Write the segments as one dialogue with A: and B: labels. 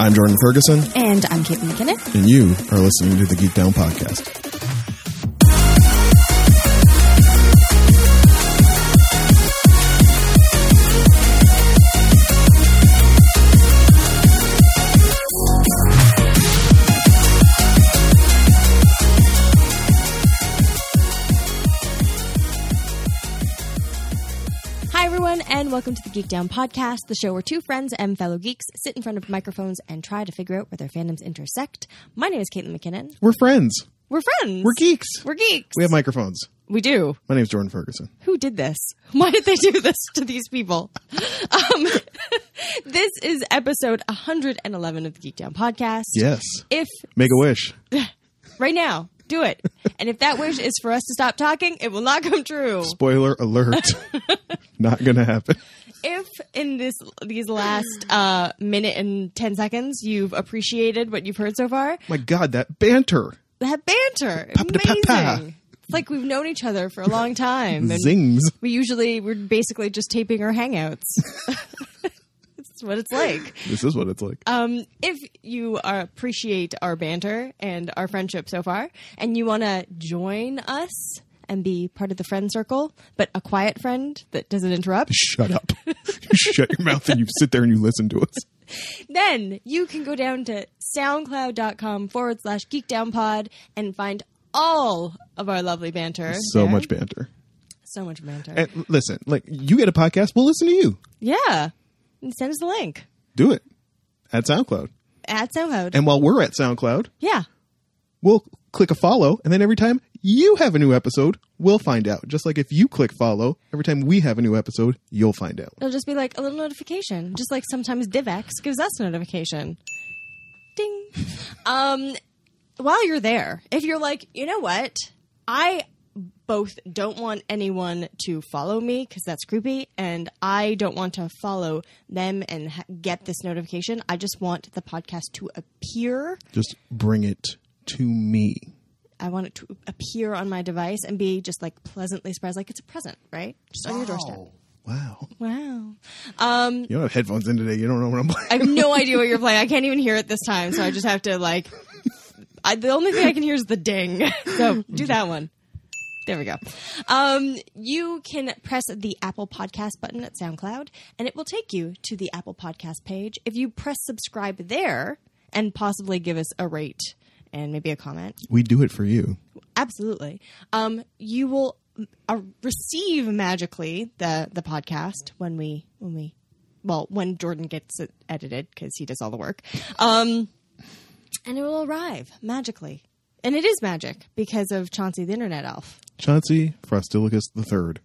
A: I'm Jordan Ferguson,
B: And I'm Kate McKinnon.
A: and you are listening to the Geek Down Podcast.
B: Hi, everyone, and welcome to the Geek Down Podcast, the show where two friends and fellow geeks sit in front of microphones and try to figure out where their fandoms intersect. My name is Caitlin McKinnon.
A: We're friends.
B: We're friends.
A: We're geeks.
B: We're geeks.
A: We have microphones.
B: we do.
A: My name's Jordan Ferguson.
B: Who did this? Why did they do this to these people? Um, this is episode 111 of the Geek Down Podcast.
A: Yes.
B: If
A: Make a wish.
B: right now, do it. And if that wish is for us to stop talking, it will not come true.
A: Spoiler alert. Not going to happen.
B: if in this these last uh, minute and 10 seconds you've appreciated what you've heard so far
A: My God, that banter.
B: that banter
A: da pa pa.
B: amazing it's like we've known each other for a long time and
A: Zings.
B: we usually we're basically just taping our hangouts that's what it's like
A: This is what it's like.
B: um, if you are, appreciate our banter and our friendship so far, and you want to join us and be part of the friend circle, but a quiet friend that doesn't interrupt,
A: Shut up. you shut your mouth and you sit there and you listen to us.
B: then you can go down to soundcloud.com forward slash geekdownpod and find all of our lovely banter.
A: So
B: there.
A: much banter.
B: So much banter.
A: And listen, like you get a podcast, we'll listen to you.
B: yeah. And send us the link
A: Do it at SoundCloud.
B: at SoundCloud.
A: And while we're at SoundCloud,
B: yeah.
A: we'll click a follow, and then every time you have a new episode, we'll find out. Just like if you click follow, every time we have a new episode, you'll find out.
B: It'll just be like a little notification, just like sometimes DivX gives us a notification. Ding. Um, while you're there, if you're like, you know what, I both don't want anyone to follow me because that's creepy, and I don't want to follow them and ha- get this notification. I just want the podcast to appear.
A: Just bring it to me.
B: I want it to appear on my device and be just like pleasantly surprised, like it's a present, right? Just on your doorstep.
A: Wow.
B: Wow. Um,
A: You don't have headphones in today. You don't know what I'm playing.
B: I have no idea what you're playing. I can't even hear it this time, so I just have to like. I, the only thing I can hear is the ding. So do that one. There we go. Um, you can press the Apple Podcast button at SoundCloud, and it will take you to the Apple Podcast page. If you press subscribe there, and possibly give us a rate and maybe a comment,
A: We do it for you.
B: absolutely um you will uh, receive magically the the podcast when we when we well when jordan gets it edited because he does all the work um and it will arrive magically and it is magic because of chauncey the internet elf
A: Chauncey Frostilicus III,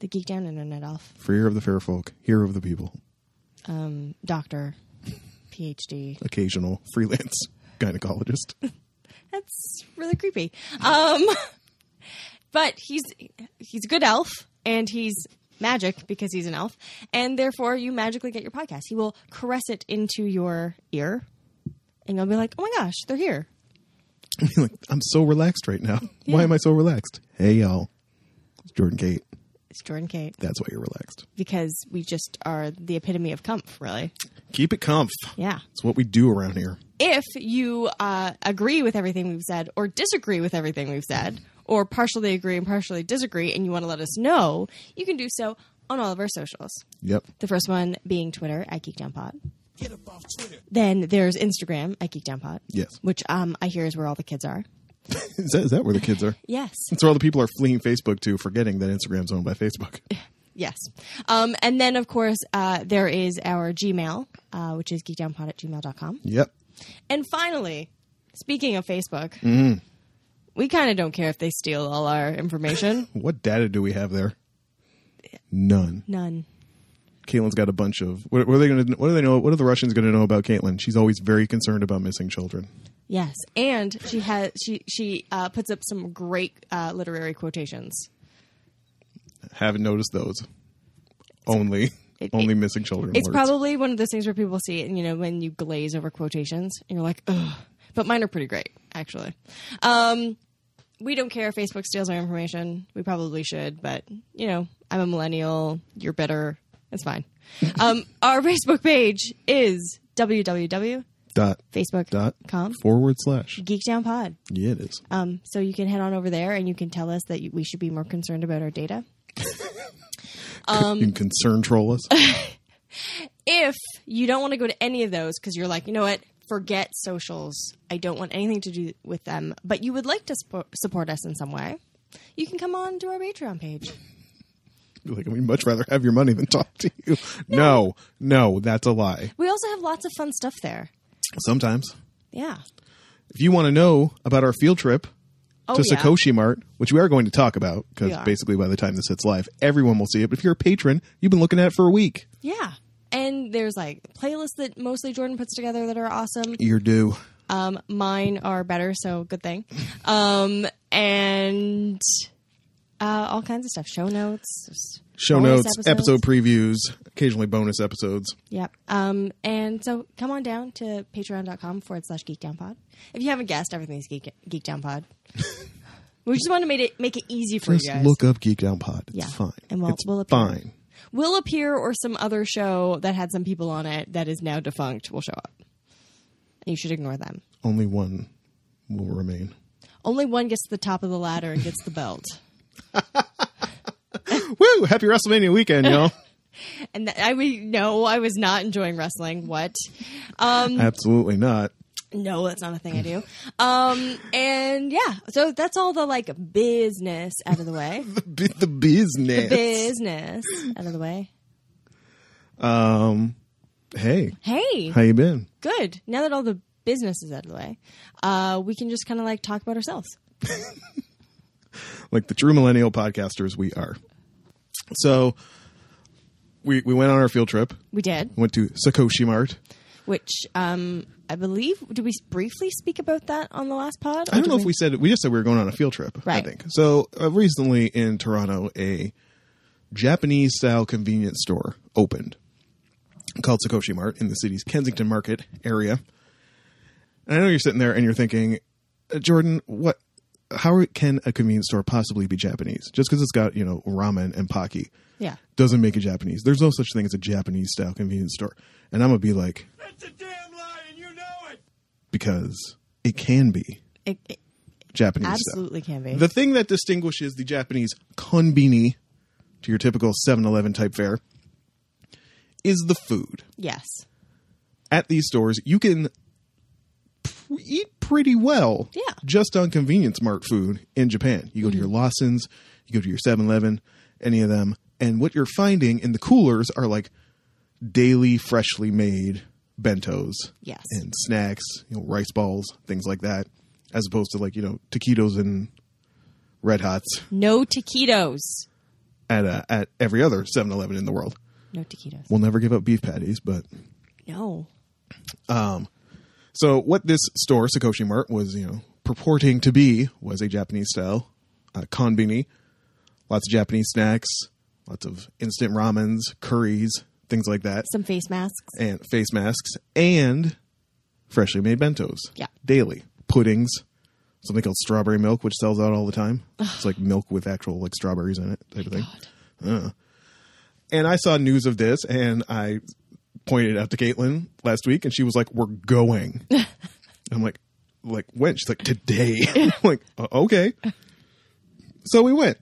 B: the geek down internet elf
A: freer of the fair folk, hero of the people,
B: um doctor phd
A: occasional freelance gynecologist.
B: that's really creepy. Um, but he's he's a good elf, and he's magic because he's an elf, and therefore you magically get your podcast. He will caress it into your ear, and you'll be like, "Oh my gosh, they're here!"
A: like, I'm so relaxed right now. Why am I so relaxed? Hey, y'all. It's Jordan Kate.
B: It's Jordan Kate
A: That's why you're relaxed.
B: because we just are the epitome of comf, really.
A: Keep it comf.
B: Yeah.
A: It's what we do around here.
B: if you uh, agree with everything we've said or disagree with everything we've said or partially agree and partially disagree and you want to let us know you can do so on all of our socials
A: Yep.
B: the first one being twitter at geekdownpod then there's instagram at geekdownpod
A: Yes.
B: which um, i hear is where all the kids are
A: Is that, is that where the kids are?
B: yes
A: That's where all the people are fleeing Facebook to, forgetting that Instagram's owned by Facebook.
B: yes um, and then of course uh, there is our gmail uh, which is geekdownpod at gmail.com
A: Yep.
B: And finally, speaking of Facebook, we kind of don't care if they steal all our information.
A: What data do we have there? None.
B: None.
A: Caitlin's got a bunch of. What, what are they going to? What do they know? What are the Russians going to know about Caitlin? She's always very concerned about missing children.
B: Yes, and she has she she uh, puts up some great uh, literary quotations.
A: Haven't noticed those. Only,
B: It-
A: only
B: it-
A: missing children.
B: It's
A: words.
B: probably one of those things where people see it, and you know, when you glaze over quotations, and you're like, ugh. But mine are pretty great, actually. Um, we don't care if Facebook steals our information. We probably should, but you know, I'm a millennial. You're bitter. It's fine. um, our Facebook page is www.
A: dot
B: Facebook.com
A: dot forward slash.
B: Geekdown Pod.
A: Yeah, it is.
B: Um, so you can head on over there and you can tell us that you, we should be more concerned about our data.
A: you can concern troll us.
B: If you don't want to go to any of those because you're like, you know what, forget socials. I don't want anything to do with them, but you would like to spo- support us in some way, you can come on to our Patreon page.
A: You're like, we'd much rather have your money than talk to you. No, no, that's a lie.
B: We also have lots of fun stuff there.
A: Sometimes.
B: Yeah.
A: If you want to know about our field trip
B: Oh,
A: to
B: yeah.
A: Sakoshi Mart, which we are going to talk about, because
B: We are.
A: basically by the time this hits live, everyone will see it. But if you're a patron, you've been looking at it for a week.
B: Yeah. And there's like playlists that mostly Jordan puts together that are awesome.
A: You're due.
B: Um, mine are better, so good thing. Um, and uh, all kinds of stuff, show notes. just
A: Show
B: bonus
A: notes,
B: episodes.
A: episode previews, occasionally bonus episodes.
B: Yep. Um, and so come on down to patreon.com forward slash geekdownpod. If you haven't guessed, everything's geek, geekdownpod. we just want to make it, make it easy for
A: Just
B: you guys.
A: look up Geek Down Pod. It's
B: Yeah.
A: fine.
B: And we'll-
A: it's
B: we'll appear.
A: fine.
B: Will appear or some other show that had some people on it that is now defunct will show up. And you should ignore them.
A: Only one will remain.
B: Only one gets to the top of the ladder and gets the belt.
A: Woo! Happy WrestleMania weekend, y'all.
B: And th- I we no, I was not enjoying wrestling. What? Um,
A: Absolutely not.
B: No, that's not a thing I do. Um, and yeah, so that's all the like business out of the way.
A: B- the business.
B: business out of the way.
A: hey,
B: Hey,
A: how you been?
B: good. Now that all the business is out of the way, uh, we can just kind of like talk about ourselves.
A: Like the true millennial podcasters we are. So we we went on our field trip.
B: We did,
A: Went to Sakoshi Mart.
B: which um, I believe did we briefly speak about that on the last pod?
A: I don't know if we said we just said we were going on a field trip. I
B: Right.
A: think so. Uh, recently in Toronto, a Japanese style convenience store opened called Sakoshi Mart in the city's Kensington Market area. And I know you're sitting there and you're thinking, uh, Jordan, what? How can a convenience store possibly be Japanese? Just because it's got you know ramen and pocky
B: Yeah.
A: doesn't make it Japanese. There's no such thing as a Japanese style convenience store. And I'm gonna be like,
C: That's a damn lie, and you know it.
A: because it can be
B: It, it
A: Japanese. style.
B: absolutely can be.
A: The thing that distinguishes the Japanese konbini to your typical 7-Eleven type fare is the food.
B: yes.
A: At these stores, you can p- eat pretty well
B: Yeah. Mm-hmm.
A: just on convenience mart food in Japan. You go to your Lawson's, you go to your 7-Eleven, any of them, and what you're finding in the coolers are like daily freshly made bentos
B: Yes.
A: and snacks, you know, rice balls, things like that, as opposed to like, you know, taquitos and red hots
B: No taquitos.
A: at uh, at every other 7-Eleven in the world.
B: No taquitos.
A: We'll never give up beef patties, but
B: No.
A: so what this store Sakoshi Mart was, you know, purporting to be was a Japanese style uh, konbini, lots of Japanese snacks, lots of instant ramens, curries, things like that,
B: Some face masks.
A: and face masks and freshly made bentos.
B: Yeah.
A: daily puddings. Something called strawberry milk, which sells out all the time. It's like milk with actual like strawberries in it, type of thing. Uh. and I saw news of this, and I pointed out to Caitlin last week, and she was like, "We're going." I'm like, "Like when?" She's like, "Today." I'm like, "O- "Okay." So we went.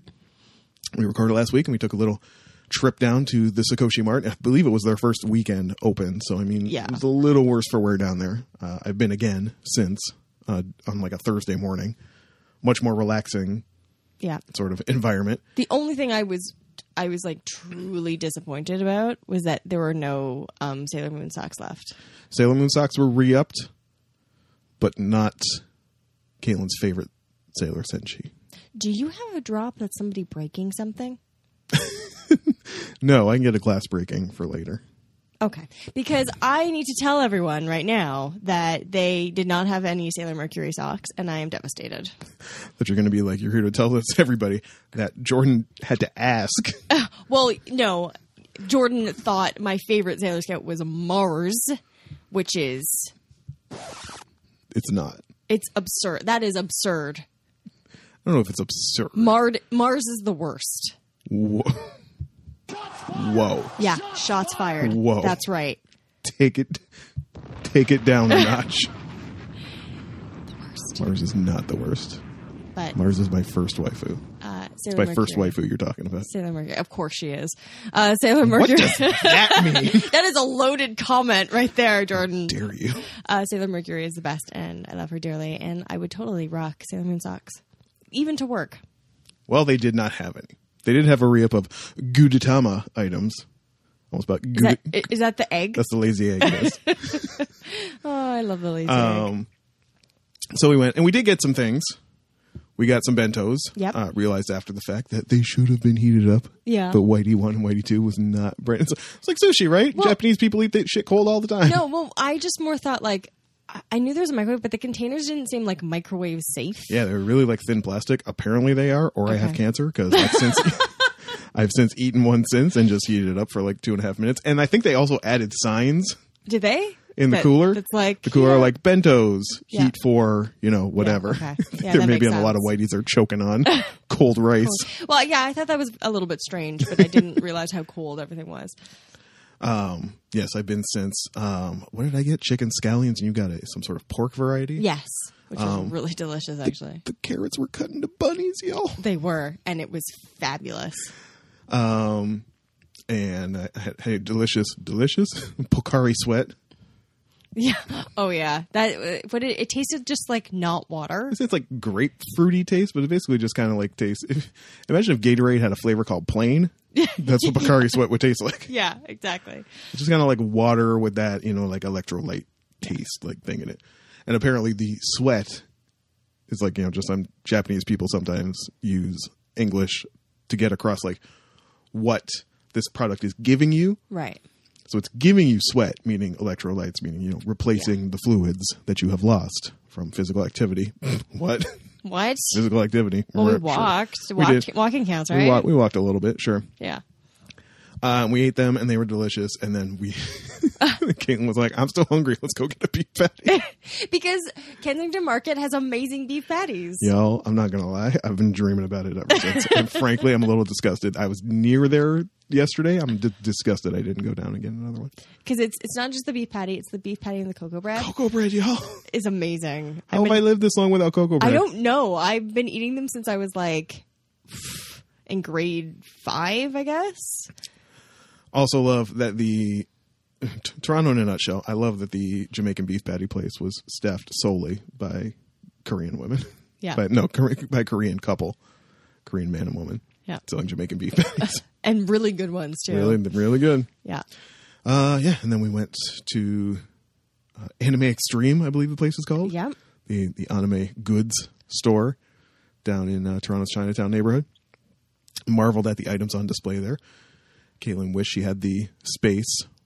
A: We recorded last week, and we took a little trip down to the Sakoshi Mart. I believe it was their first weekend open, so I mean,
B: Yeah.
A: it was a little worse for wear down there. Uh, I've been again since uh, on like a Thursday morning, much more relaxing
B: Yeah.
A: sort of environment.
B: The only thing I was I was like truly disappointed about was that there were no um, Sailor Moon socks left.
A: Sailor Moon socks were re-upped, but not Caitlin's favorite Sailor Senshi.
B: Do you have a drop that's somebody breaking something?
A: No, I can get a glass breaking for later.
B: Okay, because I need to tell everyone right now that they did not have any Sailor Mercury socks, and I am devastated.
A: That you're going to be like, you're here to tell this everybody that Jordan had to ask.
B: Well, no, Jordan thought my favorite Sailor Scout was Mars, which is
A: It's not. I
B: it's absurd. That is absurd.
A: don't know if it's absurd.
B: Mard, Mars is the worst.
A: Whoa. Whoa.
B: Yeah, shots fired.
A: Whoa.
B: That's right.
A: Take it. take it down a notch.
B: Worst.
A: Mars is not the worst.
B: But
A: Mars is my first waifu.
B: uh,
A: It's
B: Sailor
A: my
B: Mercury.
A: first waifu you're talking about.
B: Sailor Mercury. Of course she is. Uh, Sailor
A: What
B: Mercury.
A: does that mean?
B: that is a loaded comment right there, Jordan.
A: Dare you?
B: Uh, Sailor Mercury is the best, and I love her dearly. And I would totally rock Sailor Moon socks, even to work.
A: Well, they did not have any. They did have a re up of Gudetama items. Almost about
B: Is that,
A: Gud-
B: Uh, i- is that the egg?
A: That's the lazy egg. yes.
B: Oh, I love the lazy egg.
A: Um, so we went and we did get some things. We got some bentos.
B: Yep.
A: Uh, realized after the fact that they should have been heated up.
B: Yeah.
A: But Whitey one and Whitey two was not brand. It's, it's like sushi, right?
B: Well-
A: Japanese people eat that shit cold all the time.
B: No, well, I just more thought like I- I knew there was a microwave, but the containers didn't seem like microwave safe.
A: Yeah, they're really like thin plastic. Apparently they are, or I have
B: Okay.
A: cancer because I've since I've since eaten one since and just heated it up for like two and a half minutes. And I think they also added signs
B: Did they?
A: in the
B: That-
A: cooler.
B: That's like
A: the cooler, like bentos,
B: Yeah.
A: heat for you know whatever.
B: okay. Yeah,
A: there
B: that
A: may be
B: makes
A: a lot of whiteys are choking on cold rice.
B: Well, yeah, I thought that was a little bit strange, but I didn't realize how cold everything was.
A: Um, yes, I've been since. Um, what did I get? Chicken scallions, and you got a, some sort of pork variety.
B: Yes, which was really delicious, actually.
A: Um, The carrots were cut into bunnies, y'all.
B: They were, and it was fabulous.
A: Um, and I had, had a delicious, delicious Pokari sweat.
B: Yeah. Oh yeah. That. But it, it tasted just like not water.
A: It's, it's like grapefruity taste, but it basically just kind of like tastes. If, imagine if Gatorade had a flavor called plain. That's what Pokari sweat would taste like.
B: Yeah. Exactly.
A: It's just kind of like water with that, you know, like electrolyte taste like thing in it. And apparently the sweat is like, you know, just some Japanese people sometimes use English to get across like what this product is giving you.
B: Right.
A: So it's giving you sweat, meaning electrolytes, meaning, you know, replacing the fluids that you have lost from physical activity. what?
B: What?
A: physical activity.
B: Well, we
A: Sure.
B: walked.
A: We
B: Walk,
A: did.
B: walking counts, right?
A: We, walked, we walked a little bit, sure.
B: yeah.
A: Um, we ate them and they were delicious. And then we, Caitlin was like, I'm still hungry. Let's go get a beef patty.
B: Because Kensington Market has amazing beef patties.
A: Y'all, I'm not going to lie. I've been dreaming about it ever since. and frankly, I'm a little disgusted. I was near there yesterday. I'm d- disgusted I didn't go down and get another one.
B: Because it's it's not just the beef patty; it's the beef patty and the cocoa bread
A: Cocoa Oh bread, y'all.
B: is amazing.
A: How have I lived this long without cocoa bread?
B: I don't know. I've been eating them since I was like in grade five, I guess.
A: Also, love that the. T- Toronto in a nutshell. I love that the Jamaican beef patty place was staffed solely by Korean women.
B: Yeah.
A: But no, Kore- by Korean couple, Korean man and woman.
B: Yeah.
A: Selling Jamaican beef patties.
B: And really good ones too.
A: really, really good.
B: Yeah.
A: Uh, yeah, and then we went to uh, Anime Extreme, I believe the place is called.
B: Yep.
A: The the anime goods store down in uh, Toronto's Chinatown neighborhood. Marveled at the items on display there. Caitlin wished she had the space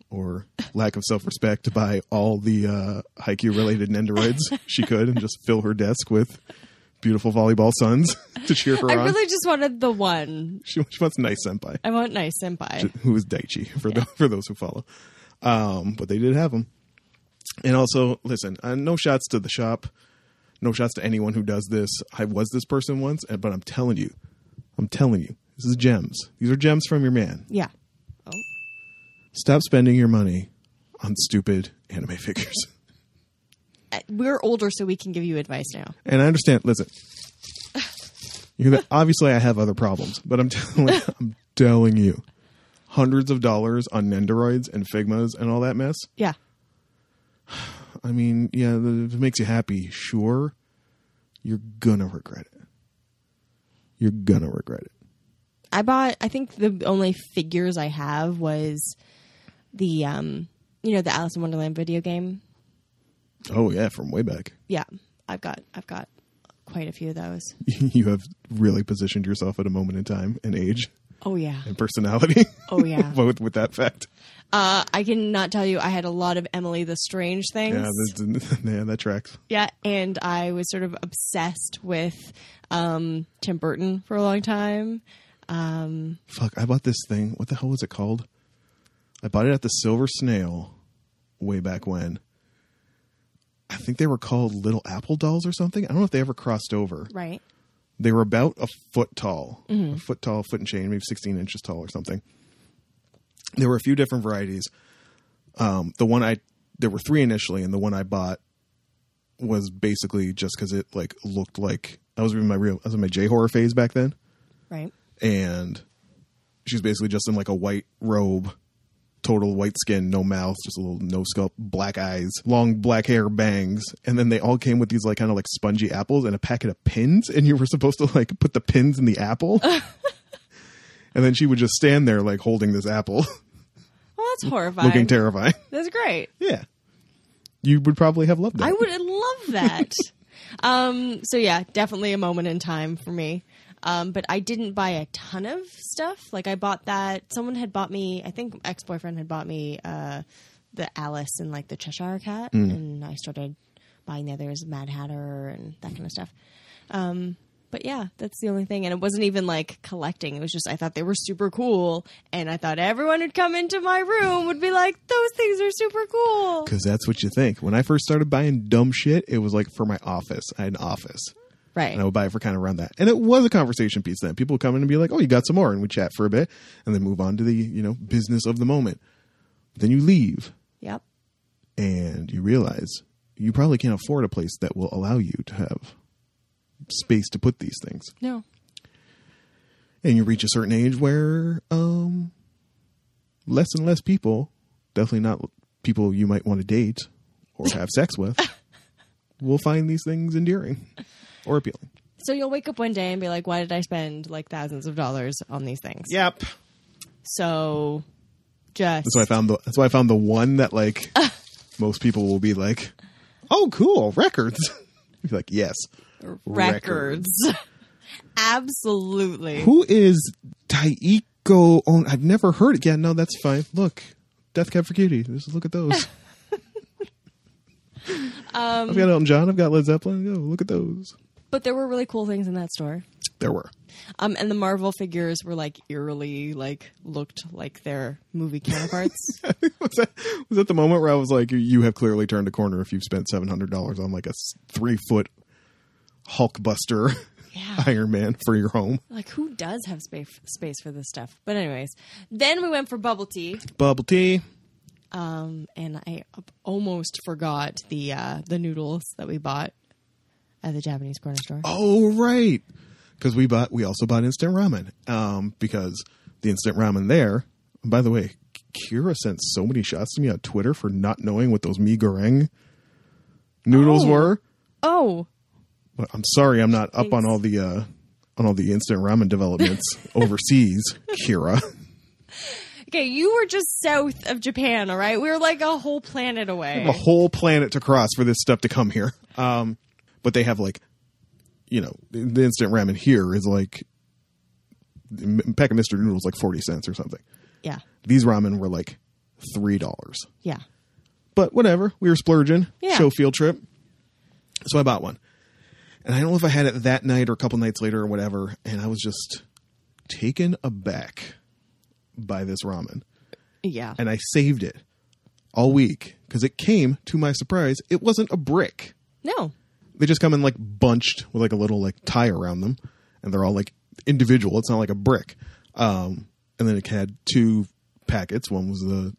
A: or lack of self respect to buy all the uh, Haikyuu related Nendoroids she could and just fill her desk with beautiful volleyball sons to cheer her
B: I
A: on.
B: really just wanted the one.
A: she, she wants nice senpai
B: I want nice senpai.
A: who is Daichi for tho- for those who follow. Um, but they did have him. And also, listen, uh, no shots to the shop, no shots to anyone who does this. I was this person once, and- but I'm telling you, I'm telling you, this is gems. These are gems from your man.
B: Yeah. Oh.
A: Stop spending your money on stupid anime figures.
B: Uh, We're older, so we can give you advice now.
A: And I understand. Listen, you know, obviously I have other problems, but I'm telling, I'm telling you, hundreds of dollars on Nendoroids and Figmas and all that mess.
B: Yeah.
A: I mean, yeah, the- if it makes you happy, sure. You're gonna regret it. You're gonna regret it.
B: I bought. I think the only figures I have was the um, you know, the Alice in Wonderland video game.
A: Oh yeah, from way back,
B: Yeah, I've got. I've got quite a few of those.
A: you have really positioned yourself at a moment in time and age
B: Oh yeah.
A: and personality.
B: Oh, yeah.
A: both with that fact.
B: Uh, I cannot tell you. I had a lot of Emily the Strange things.
A: Yeah, that's, yeah, that tracks.
B: Yeah, and I was sort of obsessed with um, Tim Burton for a long time. Um,
A: Fuck, I bought this thing. What the hell was it called? I bought it at the Silver Snail way back when. I think they were called Little Apple Dolls or something. I don't know if they ever crossed over.
B: right.
A: they were about a foot tall, a foot tall, foot and chain, maybe 16 inches tall or something. There were a few different varieties. Um, the one I there were three initially, and the one I bought was basically just because it like looked like I was in my real I was in my J horror phase back then,
B: Right.
A: and she's basically just in like a white robe, total white skin, no mouth, just a little no sculpt, black eyes, long black hair, bangs, and then they all came with these like kind of like spongy apples and a packet of pins, and you were supposed to like put the pins in the apple, and then she would just stand there like holding this apple,
B: Well, that's horrifying.
A: looking terrifying.
B: that's great.
A: Yeah. You would probably have loved that.
B: I would love that. um, so yeah, definitely a moment in time for me. Um, but I didn't buy a ton of stuff. Like I bought that. Someone had bought me. I think ex boyfriend had bought me uh, the Alice and like the Cheshire Cat, and I started buying the others, Mad Hatter, and that kind of stuff. Um, but yeah, that's the only thing. And it wasn't even like collecting. It was just I thought they were super cool, and I thought everyone who'd come into my room would be like, "Those things are super cool."
A: Because that's what you think. When I first started buying dumb shit, it was like for my office. I had an office.
B: Right.
A: And I would buy it for kind of around that. And it was a conversation piece then. People would come in and be like, oh, you got some more. And we chat for a bit and then move on to the, you know, business of the moment. Then you leave
B: Yep.
A: and you realize you probably can't afford a place that will allow you to have space to put these things.
B: No.
A: and you reach a certain age where um less and less people definitely not people you might want to date or have sex with will find these things endearing or appealing
B: So you'll wake up one day and be like, why did I spend like thousands of dollars on these things?
A: yep
B: So just
A: that's why i found the that's why i found the one that like most people will be like oh cool records You'd be like yes
B: records. Absolutely.
A: who is taiko on i've never heard it yeah no that's fine look death cab for cutie just look at those
B: Um,
A: i've got elton john i've got led zeppelin go look at those
B: but there were really cool things in that store.
A: there were
B: Um, and the Marvel figures were like eerily like looked like their movie counterparts.
A: was that was that the moment where I was like, "You have clearly turned a corner if you've spent seven hundred dollars on like a three foot Hulkbuster
B: Yeah.
A: Iron Man for your home
B: like who does have space space for this stuff? But anyways, then we went for bubble tea.
A: bubble tea?"
B: Um, and I almost forgot the uh, the noodles that we bought at the Japanese corner store.
A: Oh right, because we bought we also bought instant ramen um, because the instant ramen there. and by the way, Kira sent so many shots to me on Twitter for not knowing what those mi goreng noodles
B: Oh.
A: were.
B: Oh,
A: Well, I'm sorry, I'm not up on
B: Thanks.
A: all the uh, on all the instant ramen developments overseas, Kira.
B: Okay, you were just south of Japan, all right? We were like a whole planet
A: a
B: away.
A: whole planet to cross for this stuff to come here. Um, but they have like, you know, the- the instant ramen here is like a pack of Mister Noodles like forty cents or something.
B: Yeah,
A: These ramen were like three dollars.
B: yeah.
A: But whatever, we were splurging.
B: Yeah.
A: Show field trip. So I bought one, and I don't know if I had it that night or a couple nights later or whatever. And I was just taken aback by this ramen
B: Yeah.
A: and I saved it all week because it came to my surprise. It wasn't a brick.
B: No.
A: They just come in like bunched with like a little like tie around them, and they're all like individual. It's not like a brick. Um, and then it had two packets. One was the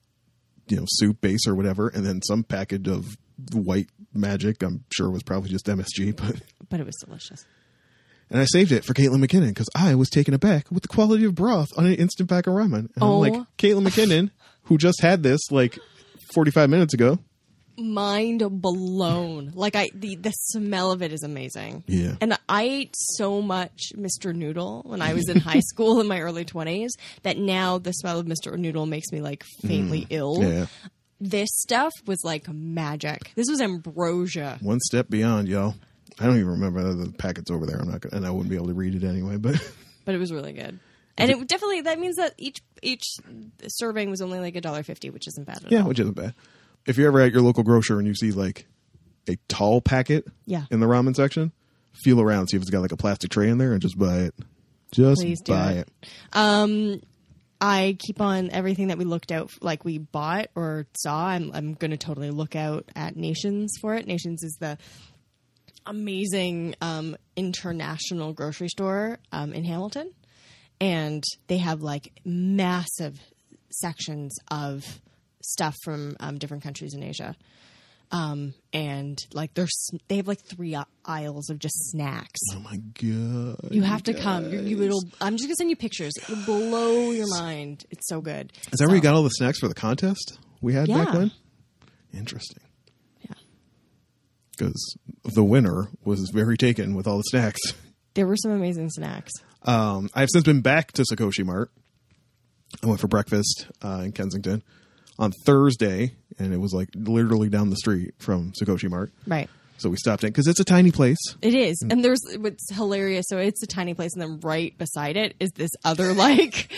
A: you know soup base or whatever, and then some package of white magic. I'm sure it was probably just MSG, but
B: But it was delicious.
A: and I saved it for Caitlin McKinnon because I was taken aback with the quality of broth on an instant pack of ramen. And
B: Oh.
A: I'm like, Caitlin McKinnon, who just had this like 45 minutes ago.
B: Mind blown. Like I the, the smell of it is amazing.
A: Yeah.
B: And I ate so much Mr. Noodle when I was in high school in my early 20s that now the smell of Mr. Noodle makes me like faintly ill.
A: Mm. Yeah.
B: This stuff was like magic. This was ambrosia.
A: One step beyond, y'all. I don't even remember the packets over there. I'm not gonna, and I wouldn't be able to read it anyway, but
B: but it was really good. And it definitely that means that each each serving was only like a dollar fifty, which isn't bad at
A: yeah,
B: all.
A: which isn't bad. If you're ever at your local grocer and you see like a tall packet
B: Yeah.
A: in the ramen section, feel around, see if it's got like a plastic tray in there and just buy it. Just
B: Please do
A: buy
B: it.
A: it.
B: I keep on everything that we looked out like we bought or saw. I'm I'm going to totally look out at Nations for it. Nations is the amazing um, international grocery store um, in Hamilton, and they have like massive sections of stuff from um, different countries in Asia. Um, and like they're sn- they have like three a- aisles of just snacks.
A: Oh my god!
B: You have to come. You, you it'll. I'm just gonna send you pictures. It'll blow your mind. It's so good.
A: Is that where you got all the snacks for the contest we had back
B: Yeah.
A: then? Interesting.
B: Yeah.
A: Because the winner was very taken with all the snacks.
B: There were some amazing snacks.
A: Um, I've since been back to Sakoshi Mart. I went for breakfast uh, in Kensington on Thursday, and it was like literally down the street from Sakoshi Mart.
B: Right.
A: So we stopped in because it's a tiny place.
B: It is.
A: Mm.
B: And there's what's hilarious. So it's a tiny place, and then right beside it is this other, like,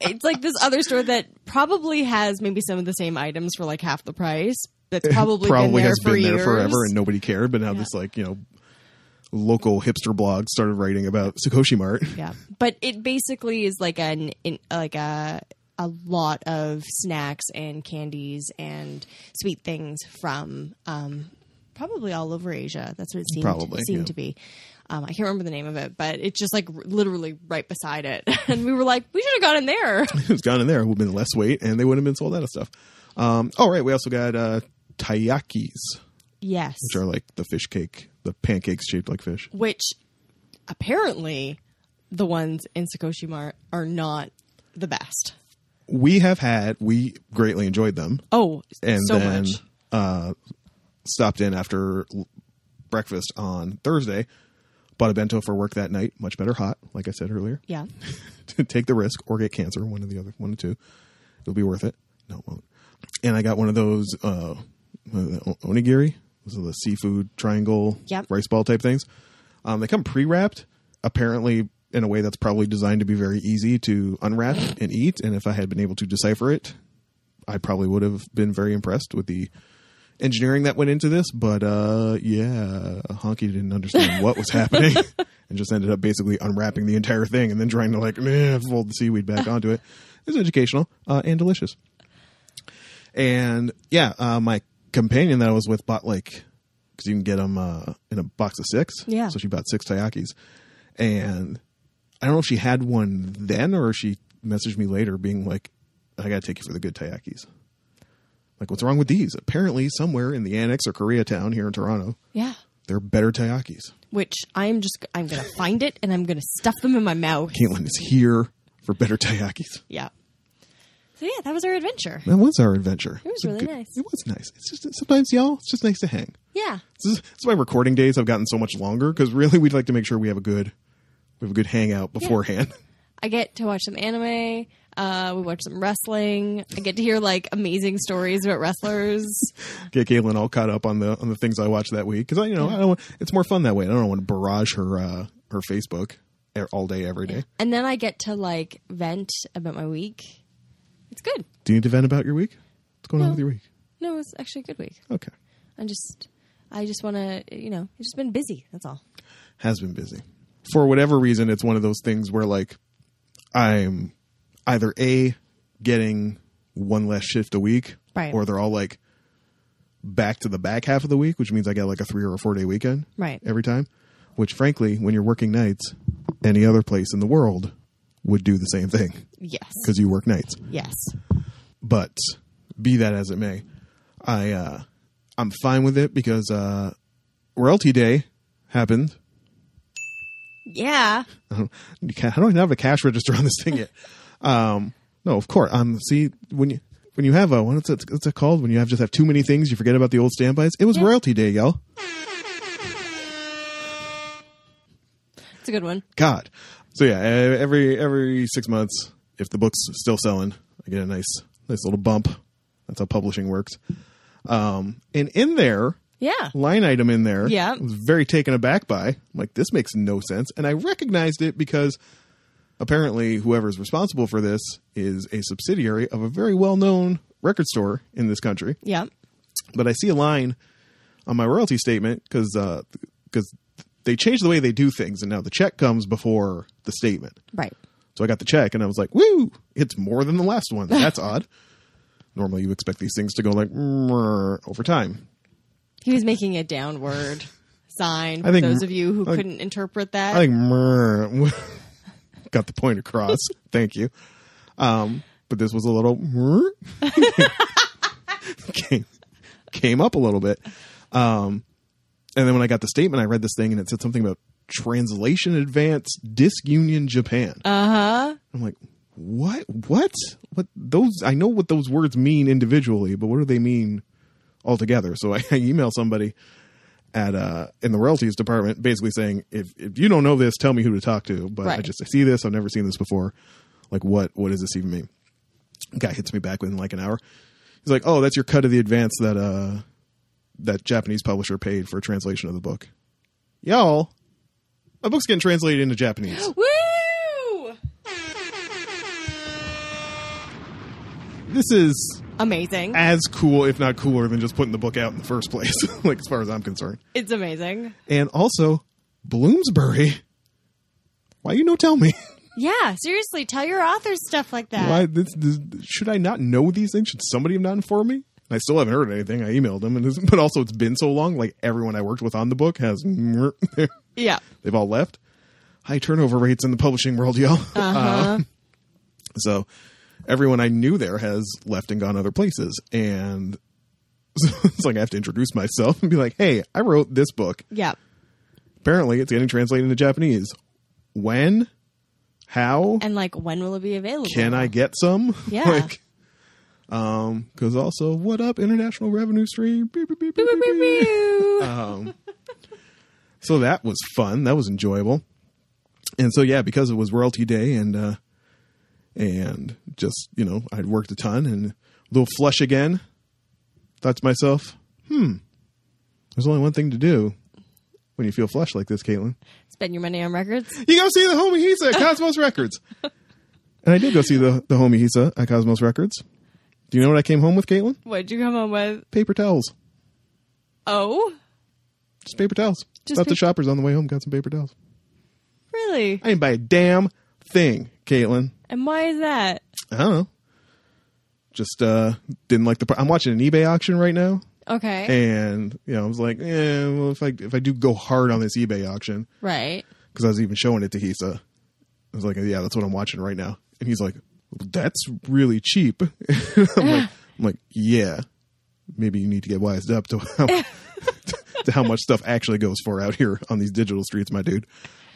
B: it's like this other store that probably has maybe some of the same items for like half the price. That's probably,
A: probably
B: been there
A: has
B: for
A: been there
B: years.
A: forever and nobody cared. But now this like you know local hipster blog started writing about Sakoshi Mart.
B: yeah. But it basically is like an, in, like a, a lot of snacks and candies and sweet things from um, probably all over Asia. That's what it seemed,
A: Probably,
B: seemed
A: yeah.
B: to be. Um, I can't remember the name of it, but it's just like r- literally right beside it. And we were like, we should have gone in there.
A: Who's gone in there would have been less weight and they wouldn't have been sold out of stuff. Um, all right, we also got uh, taiyakis,
B: Yes.
A: which are like the fish cake, the pancakes shaped like fish.
B: Which apparently the ones in Sakoshi Mart are not the best.
A: We have had we greatly enjoyed them
B: Oh,
A: and
B: so
A: then
B: much.
A: Uh, stopped in after l- breakfast on Thursday. Bought a bento for work that night. Much better hot, like I said earlier.
B: Yeah.
A: to take the risk or get cancer, one or the other, one or two. It'll be worth it. No, it won't. And I got one of those uh, what are they, o- onigiri, those are the seafood triangle
B: Yep.
A: rice ball type things. Um, they come pre-wrapped, apparently in a way that's probably designed to be very easy to unwrap and eat. And if I had been able to decipher it, I probably would have been very impressed with the engineering that went into this. But uh, yeah, Honky didn't understand what was happening and just ended up basically unwrapping the entire thing and then trying to like meh, fold the seaweed back onto it. It was educational uh, and delicious. And yeah, uh, my companion that I was with bought like because you can get them uh, in a box of six.
B: Yeah.
A: So she bought six taiyakis, and I don't know if she had one then or she messaged me later, being like, "I got to take you for the good taiyakis." Like, what's wrong with these? Apparently, somewhere in the annex or Koreatown here in Toronto,
B: Yeah.
A: there are better taiyakis.
B: Which I'm just I'm gonna find it and I'm gonna stuff them in my mouth.
A: Caitlin is here for better taiyakis.
B: Yeah. So yeah, that was our adventure.
A: That was our adventure. It
B: was
A: a
B: really
A: good-
B: nice.
A: It was nice. It's just sometimes, y'all, it's just nice to hang.
B: Yeah.
A: This is, this is why recording days have gotten so much longer because really we'd like to make sure we have a good we have a good hangout beforehand.
B: I get to watch some anime. Uh, we watch some wrestling. I get to hear like amazing stories about wrestlers.
A: Get Caitlin all caught up on the on the things I watched that week because I you know I don't it's more fun that way. I don't want to barrage her uh, her Facebook e- all day every day.
B: and then I get to like vent about my week. It's good.
A: Do you need to vent about your week? What's going on
B: No.
A: with your week?
B: No, it's actually a good week.
A: Okay,
B: I'm just, I just want to, you know, it's just been busy. That's all.
A: has been busy for whatever reason. It's one of those things where like I'm either a getting one less shift a week,
B: Right.
A: or they're all like back to the back half of the week, which means I get like a three or a four day weekend,
B: Right.
A: Every time, which frankly, when you're working nights, any other place in the world would do the same thing
B: Yes.
A: because you work nights.
B: Yes.
A: But be that as it may, I uh, I'm fine with it because uh, royalty day happened.
B: Yeah.
A: You can't- How do I not have a cash register on this thing yet? Um, no, of course. Um, see when you when you have a what's it, what's it called when you have just have too many things you forget about the old standbys. It was royalty day, y'all.
B: It's a good one.
A: God. So yeah, e- every every six months, if the book's still selling, I get a nice nice little bump. That's how publishing works. Um, and in there,
B: Yeah.
A: line item in there.
B: Yeah.
A: I was very taken aback by. I'm like, this makes no sense. And I recognized it because apparently whoever's responsible for this is a subsidiary of a very well known record store in this country.
B: Yeah.
A: But I see a line on my royalty statement because they changed the way they do things. And now the check comes before the statement.
B: Right.
A: So I got the check and I was like, woo, it's more than the last one. That's odd. Normally you expect these things to go like "Mm, over time.
B: He was making a downward sign for
A: I think-
B: those of you who
A: I-
B: couldn't interpret that.
A: I think "Mer" got the point across. Thank you. Um, but this was a little "Mer." came came up a little bit. Um, and then when I got the statement, I read this thing and it said something about translation advance disc union Japan. Uh huh. I'm like, what? What? What? Those? I know what those words mean individually, but what do they mean altogether? So I, I email somebody at uh in the royalties department basically saying if if you don't know this tell me who to talk to but i
B: Right.
A: just I see this i've never seen this before like what what does this even mean guy hits me back within like an hour he's like oh that's your cut of the advance that uh that japanese publisher paid for a translation of the book y'all my book's getting translated into japanese
B: Woo!
A: this is
B: Amazing.
A: as cool if not cooler than just putting the book out in the first place like as far as i'm concerned
B: It's amazing.
A: and also bloomsbury why you no tell me
B: Yeah, seriously, tell your authors stuff like that.
A: Why this, this, should I not know these things? Should somebody have not informed me? I still haven't heard anything. I emailed them, and it's, but also it's been so long. Like everyone I worked with on the book has, they've
B: Yeah.
A: all left. High turnover rates in the publishing world, y'all.
B: Uh-huh.
A: Uh, so everyone I knew there has left and gone other places, and so it's like I have to introduce myself and be like, "Hey, I wrote this book.
B: Yeah.
A: Apparently, it's getting translated into Japanese. When? How?
B: And like when will it be available?
A: can I get some?
B: Yeah.
A: like, um, because also, what up, international revenue stream? Beep, beep, beep, beep, beep, beep. Uh. So that was fun. That was enjoyable. And so, yeah, because it was royalty day and, uh, and just, you know, I'd worked a ton and a little flush again. Thought to myself, hmm, there's only one thing to do when you feel flush like this, Caitlin.
B: Spend your money on records.
A: you go see the homie Hisa at Cosmos Records. And I did go see the, the homie Hisa at Cosmos Records. Do you know what I came home with, Caitlin?
B: What'd you come home with?
A: Paper towels.
B: Oh,
A: Just paper towels.
B: Just
A: Stopped
B: pa-
A: at Shoppers on the way home, got some paper towels.
B: really?
A: I didn't buy a damn thing, Caitlin.
B: And why is that?
A: I don't know. Just uh didn't like the. pr- I'm watching an eBay auction right now,
B: Okay.
A: and you know I was like, eh, well if I if I do go hard on this eBay auction,
B: right.
A: because I was even showing it to Hisa. I was like, "Yeah, that's what I'm watching right now," and he's like, "That's really cheap." I'm, like, I'm like, "Yeah, maybe you need to get wised up to how, to how much stuff actually goes for out here on these digital streets, my dude."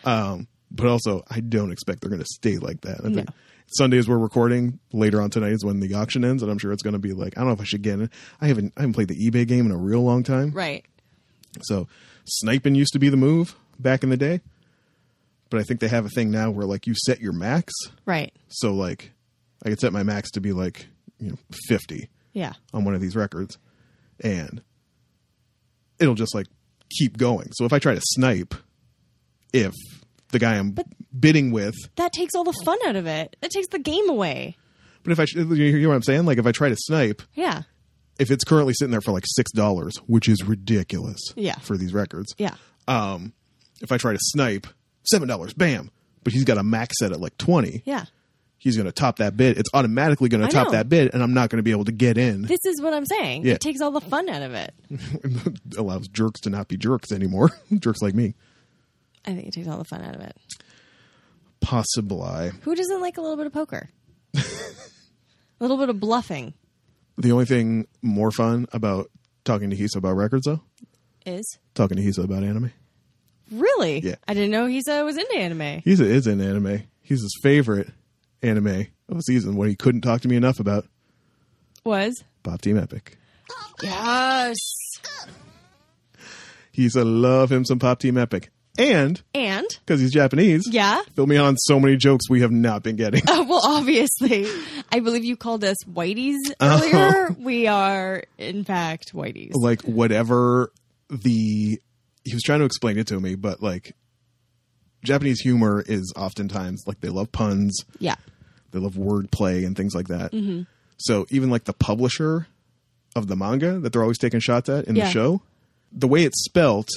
A: Um, but also, I don't expect they're going to stay like that. I think Sundays we're recording. Later on tonight is when the auction ends, and I'm sure it's going to be like, I don't know if I should get it. I haven't I haven't played the eBay game in a real long time.
B: Right.
A: So sniping used to be the move back in the day. But I think they have a thing now where like you set your max.
B: Right.
A: So like I could set my max to be like, you know, 50
B: Yeah.
A: on one of these records and it'll just like keep going. So if I try to snipe if the guy I'm bidding with,
B: That takes all the fun out of it. That takes the game away.
A: but if I sh- you hear what I'm saying? Like if I try to snipe,
B: Yeah.
A: if it's currently sitting there for like $6, which is ridiculous
B: Yeah.
A: for these records.
B: Yeah.
A: um, if I try to snipe, seven dollars, bam. But he's got a max set at like twenty.
B: Yeah.
A: He's going to top that bid. It's automatically going to
B: I
A: top
B: know.
A: that bid, and I'm not going to be able to get in.
B: This is what I'm saying.
A: Yeah.
B: It takes all the fun out of it.
A: allows jerks to not be jerks anymore. jerks like me,
B: I think it takes all the fun out of it.
A: possible I.
B: Who doesn't like a little bit of poker? a little bit of bluffing
A: The only thing more fun about talking to Hisa about records, though,
B: is
A: talking to Hisa about anime.
B: really.
A: Yeah.
B: I didn't know he uh, was into anime.
A: Hisa is in anime. He's his favorite anime of the season. What he couldn't talk to me enough about,
B: Was
A: Pop Team Epic.
B: yes.
A: Hisa love him some Pop Team Epic, and
B: And
A: because he's Japanese,
B: yeah.
A: Fill me on so many jokes we have not been getting.
B: Uh, well, obviously, I believe you called us whiteys
A: Oh.
B: earlier. We are, in fact, whiteys.
A: like whatever the he was trying to explain it to me, but like Japanese humor is oftentimes like they love puns,
B: Yeah.
A: they love wordplay and things like that. So even like the publisher of the manga that they're always taking shots at in the
B: Yeah.
A: show, the way it's spelt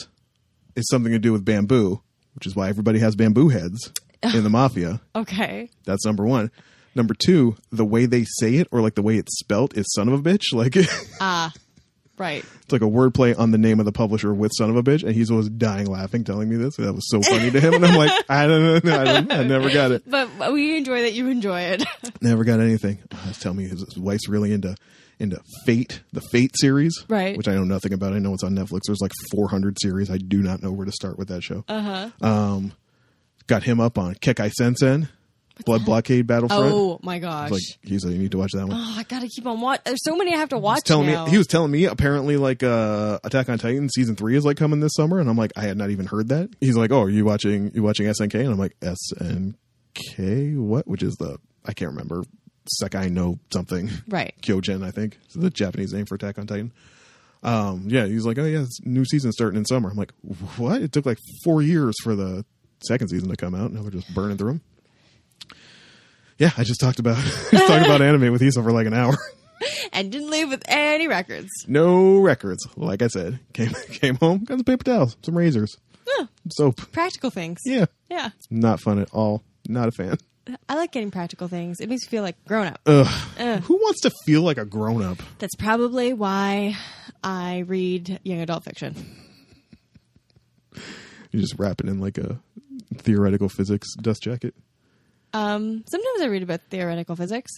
A: is something to do with bamboo, which is why everybody has bamboo heads in the mafia.
B: Okay.
A: That's number one. Number two, the way they say it or like the way it's spelt is son of a bitch. Like
B: Right.
A: It's like a wordplay on the name of the publisher with "son of a bitch," and he's always dying laughing, telling me this. That was so funny to him, and I'm like, I don't know, I, don't, I never got it,
B: But we enjoy that you enjoy it.
A: Uh, never got anything. Oh, tell me his, his wife's really into into Fate, the Fate series,
B: Right.
A: Which I know nothing about. I know it's on Netflix. There's like 400 series. I do not know where to start with that show. Uh huh.
B: Uh-huh.
A: Um, got him up on Kekai Sensen, Blood Blockade Battlefront.
B: Oh my gosh.
A: Like he said, you need to watch that one.
B: oh, I gotta keep on watch. There's so many I have to watch.
A: telling
B: now.
A: me he was telling me apparently like uh Attack on Titan season three is like coming this summer, and I'm like I had not even heard that. He's like, oh, are you watching you watching SNK? And I'm like SNK what? Which is the I can't remember. Sekai no something
B: Right.
A: Kyojin, I think is the Japanese name for Attack on Titan. Um, yeah, he's like, oh yeah, it's new season starting in summer. I'm like, what? It took like four years for the second season to come out. Now we're just burning through them. Yeah, I just talked about talked about anime with Issa for like an hour.
B: And didn't leave with any records.
A: No records. Like I said, came came home, got some paper towels, some razors,
B: Huh.
A: soap.
B: Practical things.
A: Yeah,
B: Yeah.
A: not fun at all. Not a fan.
B: I like getting practical things. It makes me feel like grown up.
A: Uh. Who wants to feel like a grown up?
B: That's probably why I read young adult fiction.
A: You just wrap it in like a theoretical physics dust jacket.
B: Um, sometimes I read about theoretical physics.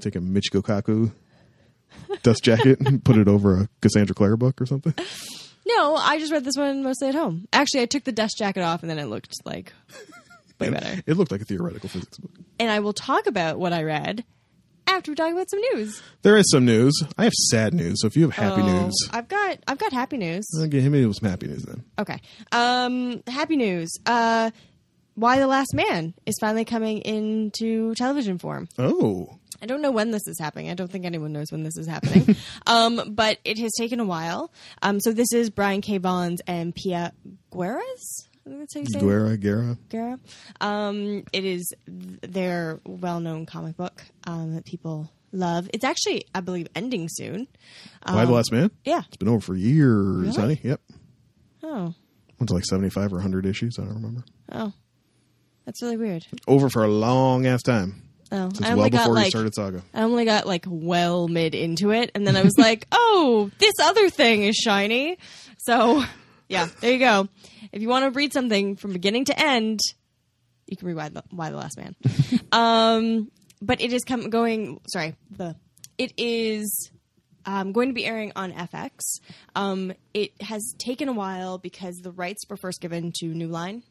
A: Take a Michiko Kaku dust jacket and put it over a Cassandra Clare book or something.
B: No, I just read this one mostly at home. Actually, I took the dust jacket off and then it looked like way better.
A: It looked like a theoretical physics book.
B: And I will talk about what I read after we talk about some news.
A: There is some news. I have sad news. So if you have happy
B: Oh,
A: news,
B: I've got I've got happy news.
A: I'll give him some happy news then.
B: Okay. Um, happy news. Uh, Why the Last Man is finally coming into television form.
A: Oh,
B: I don't know when this is happening. I don't think anyone knows when this is happening. um, but it has taken a while. Um, so this is Brian K. Bonds and Pia Guerras. I think that's how you say it.
A: Guerra, Guerra.
B: Guerra. Um, it is th- their well-known comic book um, that people love. It's actually, I believe, ending soon.
A: Why
B: Oh.
A: the last man?
B: Yeah.
A: It's been over for years,
B: Really?
A: honey. Yep.
B: Oh,
A: Went to like 75 or 100 issues. I don't remember.
B: oh, that's really weird.
A: Over for a long ass time.
B: Oh,
A: Since
B: I
A: well
B: only got,
A: before you
B: like-
A: started Saga.
B: I only got like well mid into it, and then I was like, "Oh, this other thing is shiny." So, yeah, there you go. If you want to read something from beginning to end, you can read Why the, Why the Last Man. um, but it is com- going. Sorry, the it is um, going to be airing on FX. Um, it has taken a while because the rights were first given to New Line,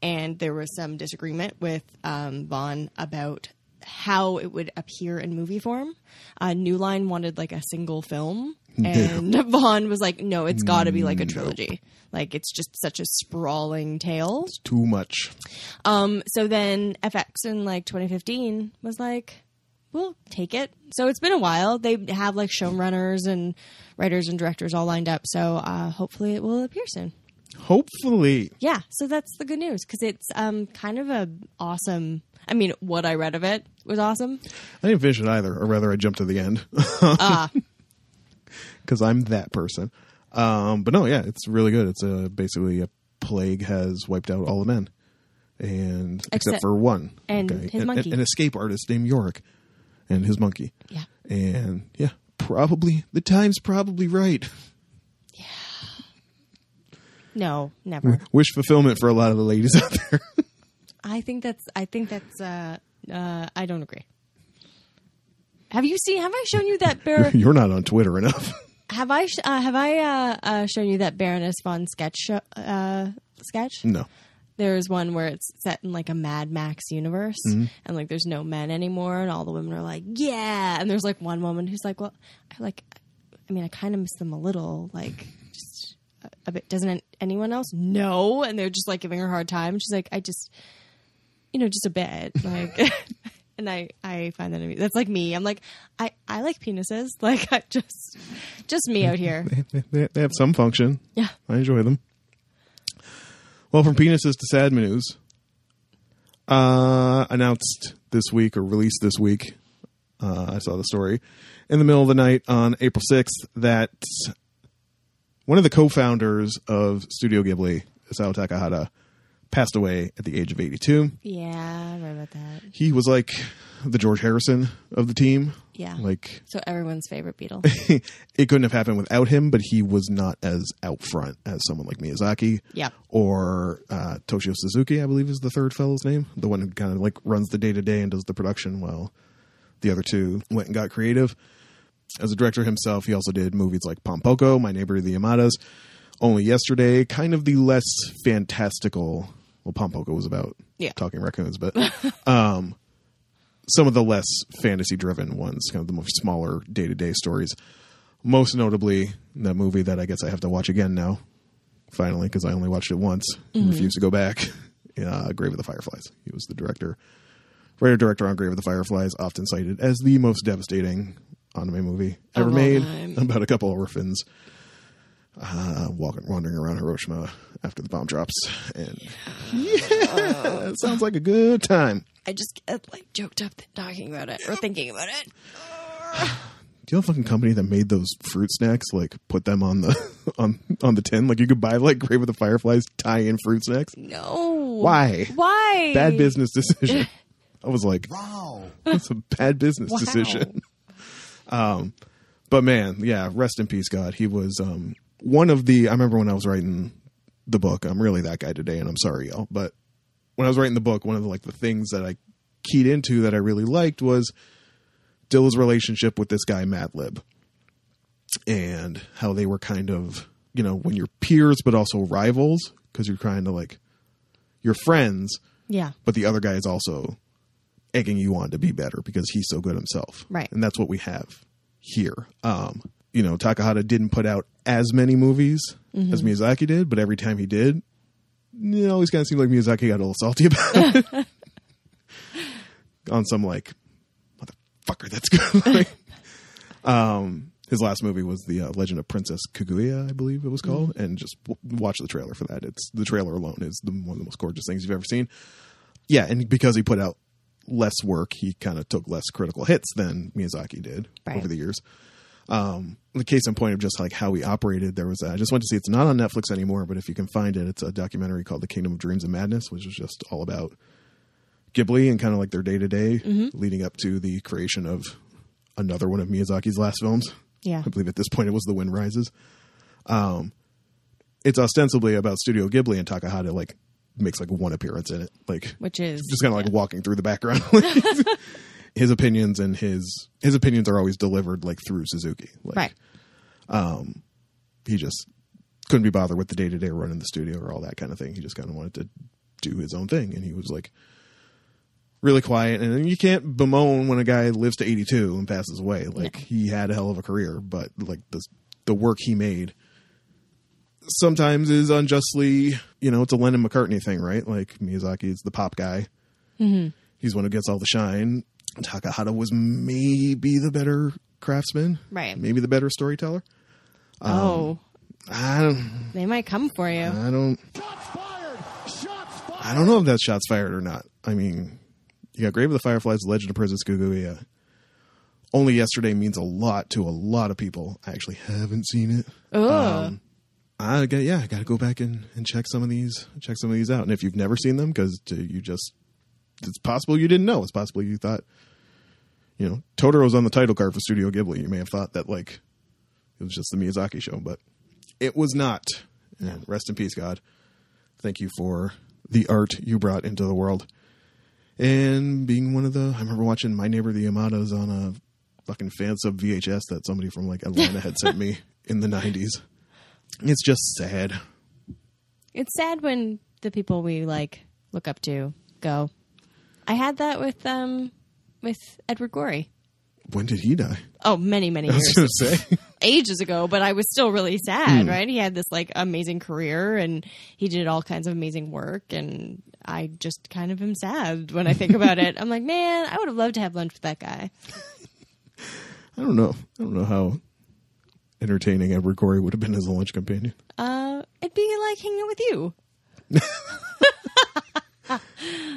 B: and there was some disagreement with um, Vaughn about how it would appear in movie form. Uh, New Line wanted like a single film, and Vaughn was like, "No, it's got to be like a trilogy. Like it's just such a sprawling tale."
A: Too much.
B: Um, so then FX in like 2015 was like, we'll take it. So it's been a while. They have like showrunners and writers and directors all lined up. So uh, hopefully it will appear soon.
A: Hopefully.
B: Yeah. So that's the good news because it's um, kind of a awesome. I mean, what I read of it was awesome.
A: I didn't finish it either, or rather, I jumped to the end.
B: Ah.
A: Because I'm that person. Um, but no, yeah, it's really good. It's uh, basically a plague has wiped out all the men, and except,
B: Except-
A: for one,
B: and his
A: An-
B: monkey.
A: an, escape artist named Yorick, and his monkey.
B: Yeah.
A: and yeah, probably the time's probably right.
B: No, never.
A: Wish fulfillment for a lot of the ladies out there.
B: I think that's. I think that's. Uh, uh, I don't agree. Have you seen? Have I shown you that bear?
A: You're not on Twitter enough.
B: Have I sh- uh, have I uh, uh, shown you that Baroness von sketch show, uh, sketch?
A: No.
B: There's one where it's set in like a Mad Max universe, and like there's no men anymore, and all the women are like, "Yeah," and there's like one woman who's like, "Well, I like, I mean, I kind of miss them a little, like." just a- A bit. Doesn't an- anyone else know? And they're just like giving her a hard time. She's like, I just, you know, just a bit. Like, and I, I find that amusing. That's like me. I'm like, I, I like penises. Like, I just, just me out here.
A: They- they, they have some function.
B: Yeah.
A: I enjoy them. Well, from penises to sad news, uh, announced this week or released this week. Uh, I saw the story in the middle of the night on April 6th that one of the co founders of Studio Ghibli, Isao Takahata, passed away at the age of 82
B: Yeah, I read about that.
A: he was like the George Harrison of the team.
B: Yeah.
A: Like
B: So everyone's favorite Beatle.
A: it couldn't have happened without him, but he was not as out front as someone like Miyazaki.
B: Yep.
A: Or uh, Toshio Suzuki, I believe is the third fellow's name, the one who kind of like runs the day to day and does the production while the other two went and got creative. As a director himself, he also did movies like Pompoko, My Neighbor the Yamadas, Only Yesterday, kind of the less fantastical. Well, Pompoko was about
B: Yeah.
A: talking raccoons, but um, some of the less fantasy driven ones, kind of the more smaller day to day stories. Most notably, the movie that I guess I have to watch again now, finally, because I only watched it once and
B: Mm-hmm.
A: refused to go back uh, Grave of the Fireflies. He was the director writer director on Grave of the Fireflies, often cited as the most devastating anime movie
B: Of
A: ever
B: all
A: made
B: time.
A: about a couple orphans uh, walking, wandering around Hiroshima after the bomb drops. And yeah, it sounds like a good time.
B: I just get like joked up that talking about it or thinking about it.
A: Do you know a fucking company that made those fruit snacks? Like, put them on the on on the tin. Like, you could buy like Grave of the Fireflies tie-in fruit snacks.
B: No.
A: Why?
B: Why?
A: Bad business decision. I was like,
C: Wow.
A: That's a bad business
B: Wow.
A: decision. Um, but man, yeah, rest in peace, God. He was um, one of the. I remember when I was writing the book. I'm really that guy today, and I'm sorry, y'all. But when I was writing the book, one of the, like the things that I keyed into that I really liked was Dilla's relationship with this guy Madlib, and how they were kind of you know when you're peers but also rivals because you're trying to like you're friends,
B: Yeah.
A: but the other guy is also egging you on to be better because he's so good himself.
B: Right.
A: And that's what we have here. Um, you know, Takahata didn't put out as many movies as Miyazaki did, but every time he did, it always kind of seemed like Miyazaki got a little salty about it. on some like motherfucker, that's good. Like, um, his last movie was the uh, Legend of Princess Kaguya, I believe it was called, and just w- watch the trailer for that. It's the trailer alone is the, one of the most gorgeous things you've ever seen yeah, and because he put out less work, he kind of took less critical hits than Miyazaki did
B: Right.
A: over the years. Um, the case in point of just like how he operated, there was uh, I just went to see it's not on Netflix anymore, but if you can find it, it's a documentary called The Kingdom of Dreams and Madness, which is just all about Ghibli and kind of like their day to day
B: Mm-hmm.
A: leading up to the creation of another one of Miyazaki's last films.
B: Yeah.
A: I believe at this point it was The Wind Rises. Um, it's ostensibly about Studio Ghibli and Takahata like makes like one appearance in it. Like
B: Which is
A: just kind of like walking through the background. his opinions and his his opinions are always delivered like through Suzuki. Like
B: right.
A: he just couldn't be bothered with the day to day run in the studio or all that kind of thing. He just kind of wanted to do his own thing, and he was like really quiet. And you can't bemoan when a guy lives to eighty two and passes away. Like he had a hell of a career, but like the the work he made sometimes is unjustly, you know, it's a Lennon McCartney thing, right? Like Miyazaki is the pop guy. He's the one who gets all the shine. Takahata was maybe the better craftsman,
B: Right.
A: Maybe the better storyteller.
B: oh,
A: I don't.
B: they might come for you.
A: I don't.
C: Shots fired. Shots fired.
A: I don't know if that shot's fired or not. I mean, you got Grave of the Fireflies, Legend of Princess Guguya. Only yesterday means a lot to a lot of people. I actually haven't seen it. uh,
B: Ugh.
A: I got, yeah, I got to go back and, and check some of these, check some of these out. And if you've never seen them, because you just, it's possible you didn't know. It's possible you thought, you know, Totoro's on the title card for Studio Ghibli. You may have thought that like it was just the Miyazaki show, but it was not. And rest in peace, God. Thank you for the art you brought into the world, and being one of the. I remember watching My Neighbor the Yamadas on a fucking fan sub VHS that somebody from like Atlanta had sent me in the nineties. It's just sad.
B: it's sad when the people we like look up to go. I had that with um with Edward Gorey.
A: When did he die?
B: Oh, many many
A: I was
B: years,
A: going to say.
B: ages ago. But I was still really sad. Right? He had this like amazing career, and he did all kinds of amazing work. And I just kind of am sad when I think about it. I'm like, man, I would have loved to have lunch with that guy.
A: I don't know. I don't know how entertaining Edward Gorey would have been as a lunch companion.
B: Uh, it'd be like hanging out with you.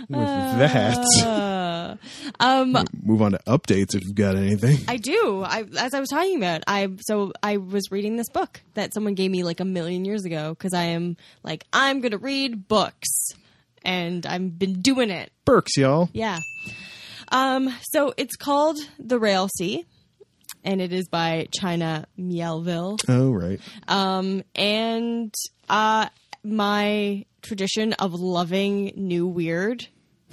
A: With that,
B: Um,
A: move on to updates if you've got anything.
B: I do. I as I was talking about, I so I was reading this book that someone gave me like a million years ago because I am like I'm gonna read books, and I've been doing it.
A: Burks, y'all.
B: Yeah. Um. So it's called The Rail Sea, and it is by China Mielville Um,
A: Oh, right.
B: and uh, my tradition of loving new weird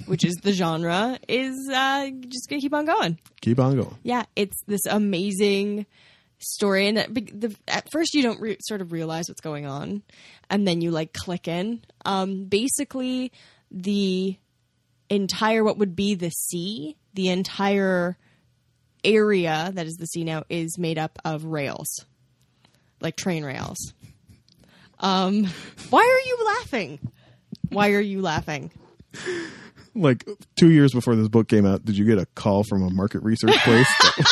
B: which is the genre, is uh, just gonna keep on going.
A: Keep on going.
B: Yeah, it's this amazing story, and that, be- the, at first you don't re- sort of realize what's going on, and then you like click in. Um, basically, the entire what would be the sea, the entire area that is the sea now is made up of rails, like train rails. Um, why are you laughing? Why are you laughing?
A: Like two years before this book came out, did you get a call from a market research place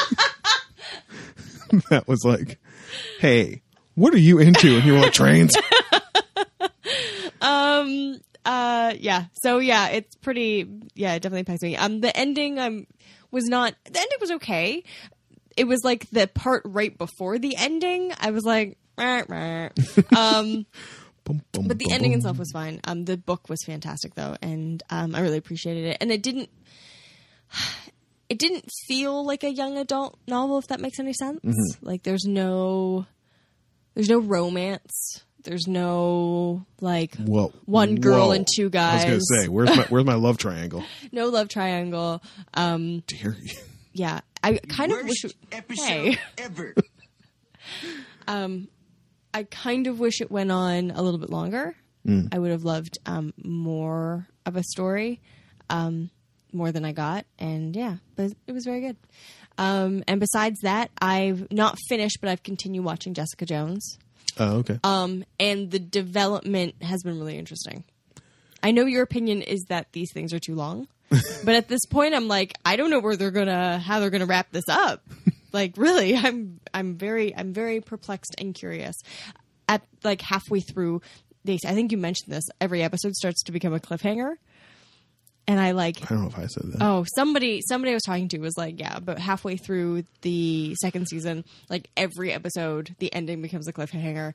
A: that, that was like, "Hey, what are you into?" And you were like, "Trains."
B: uh yeah so yeah it's pretty yeah it definitely impacts me um the ending um was not the ending was okay it was like the part right before the ending i was like "Meh, meh." um but the ending itself was fine um the book was fantastic though and um i really appreciated it and it didn't it didn't feel like a young adult novel if that makes any sense like there's no there's no romance there's no like
A: Whoa.
B: one girl
A: Whoa.
B: and two guys
A: I was gonna say, where's my where's my love triangle?
B: no love triangle. Um,
A: Dear you.
B: yeah, I kind of wish.
D: Worst episode
B: Hey,
D: ever.
B: I kind of wish it went on a little bit longer. I would have loved um, more of a story, um, more than I got, and yeah, but it was very good. Um, and besides that, I've not finished, but I've continued watching Jessica Jones,
A: Oh, okay.
B: um, and the development has been really interesting. I know your opinion is that these things are too long, but at this point, I'm like, I don't know where they're gonna how they're gonna wrap this up. like, really, I'm I'm very I'm very perplexed and curious. At like halfway through, they I think you mentioned this. Every episode starts to become a cliffhanger, and I like
A: I don't know if I said that.
B: Oh, somebody somebody I was talking to was like, yeah, but halfway through the second season, like every episode, the ending becomes a cliffhanger,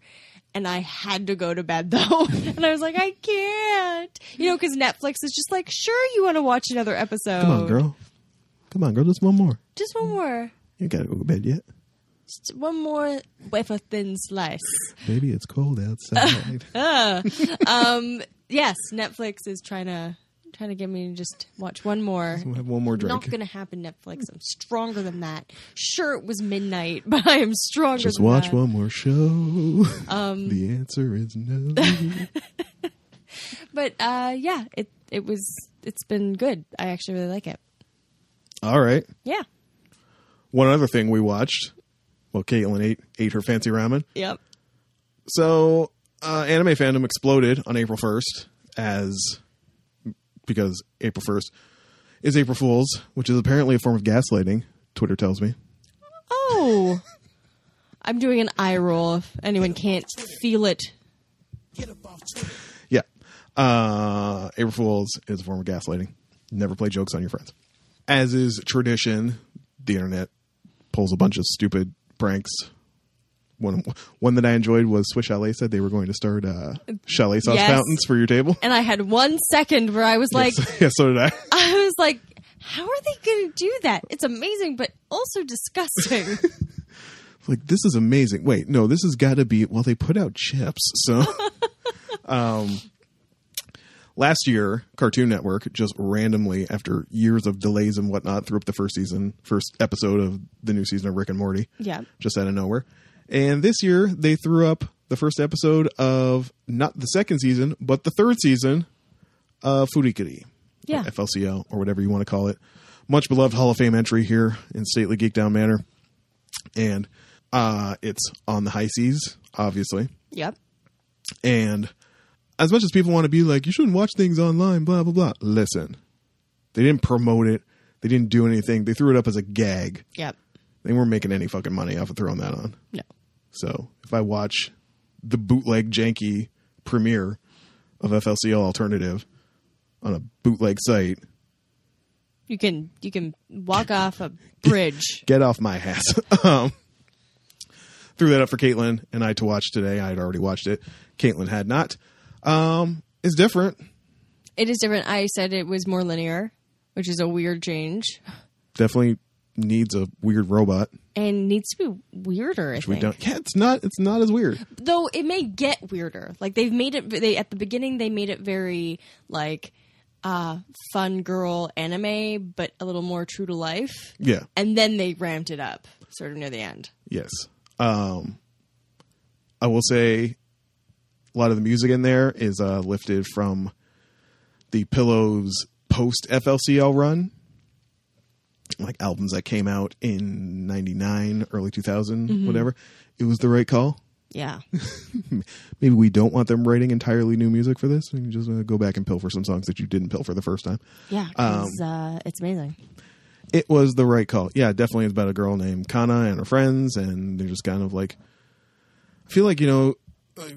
B: and I had to go to bed though, and I was like, I can't, you know, because Netflix is just like, sure, you want to watch another episode,
A: Come on, girl. Come on, girl. Just one more.
B: just one more,
A: You gotta go to bed yet.
B: just one more with a thin slice.
A: Baby, it's cold outside.
B: Yes, Netflix is trying to trying to get me to just watch one more.
A: we'll have one more drink.
B: Not gonna happen, Netflix. I'm stronger than that. Sure, it was midnight, but I am stronger.
A: Just
B: than
A: watch
B: that.
A: one more show. Um, the answer is no.
B: but uh, yeah, it it was it's been good. I actually really like it.
A: All right.
B: Yeah.
A: One other thing we watched. Well, Caitlin ate ate her fancy ramen.
B: Yep.
A: So, uh, anime fandom exploded on April 1st as because April 1st is April Fools, which is apparently a form of gaslighting, Twitter tells me.
B: Oh, I'm doing an eye roll. If anyone can't feel it,
A: Yeah. Uh, April Fools is a form of gaslighting. Never play jokes on your friends. As is tradition, the internet pulls a bunch of stupid pranks. One, one that I enjoyed was Swiss Chalet said they were going to start uh, chalet sauce
B: Yes.
A: fountains for your table.
B: and I had one second where I was like,
A: yeah, so did I.
B: I was like, how are they going to do that? It's amazing, but also disgusting.
A: like this is amazing wait no this has got to be well they put out chips so um last year cartoon network just randomly after years of delays and whatnot threw up the first season first episode of the new season of rick and morty
B: Yeah.
A: just out of nowhere and this year they threw up the first episode of not the second season but the third season of furikiri
B: Yeah.
A: or flco or whatever you want to call it much beloved hall of fame entry here in stately geek down manor and uh, it's on the high seas, obviously.
B: yep.
A: And as much as people want to be like, you shouldn't watch things online, blah blah blah. Listen, they didn't promote it. They didn't do anything. They threw it up as a gag.
B: Yep.
A: They weren't making any fucking money off of throwing that on.
B: No.
A: So if I watch the bootleg janky premiere of FLCL Alternative on a bootleg site,
B: You can you can walk off a bridge.
A: get off my ass. um, threw that up for Caitlin and I to watch today. I had already watched it. Caitlin had not. Um, it's different.
B: It is different. I said it was more linear, which is a weird change
A: Definitely needs a weird robot.
B: and needs to be weirder. I
A: We
B: think.
A: don't. Yeah, it's not. It's not as weird.
B: though it may get weirder. Like they've made it they at the beginning they made it very like uh, fun girl anime, but a little more true to life.
A: Yeah.
B: And then they ramped it up sort of near the end.
A: Yes. Um, I will say a lot of the music in there is uh, lifted from the Pillows post FLCL run, like albums that came out in 99, early 2000, whatever. It was the right call.
B: Yeah.
A: Maybe we don't want them writing entirely new music for this. We can just uh, go back and pilfer some songs that you didn't pilfer the first time.
B: Yeah. 'cause,
A: Um,
B: uh, it's amazing.
A: it was the right call. Yeah, definitely it's about a girl named Kana and her friends, and they're just kind of like. I feel like you know,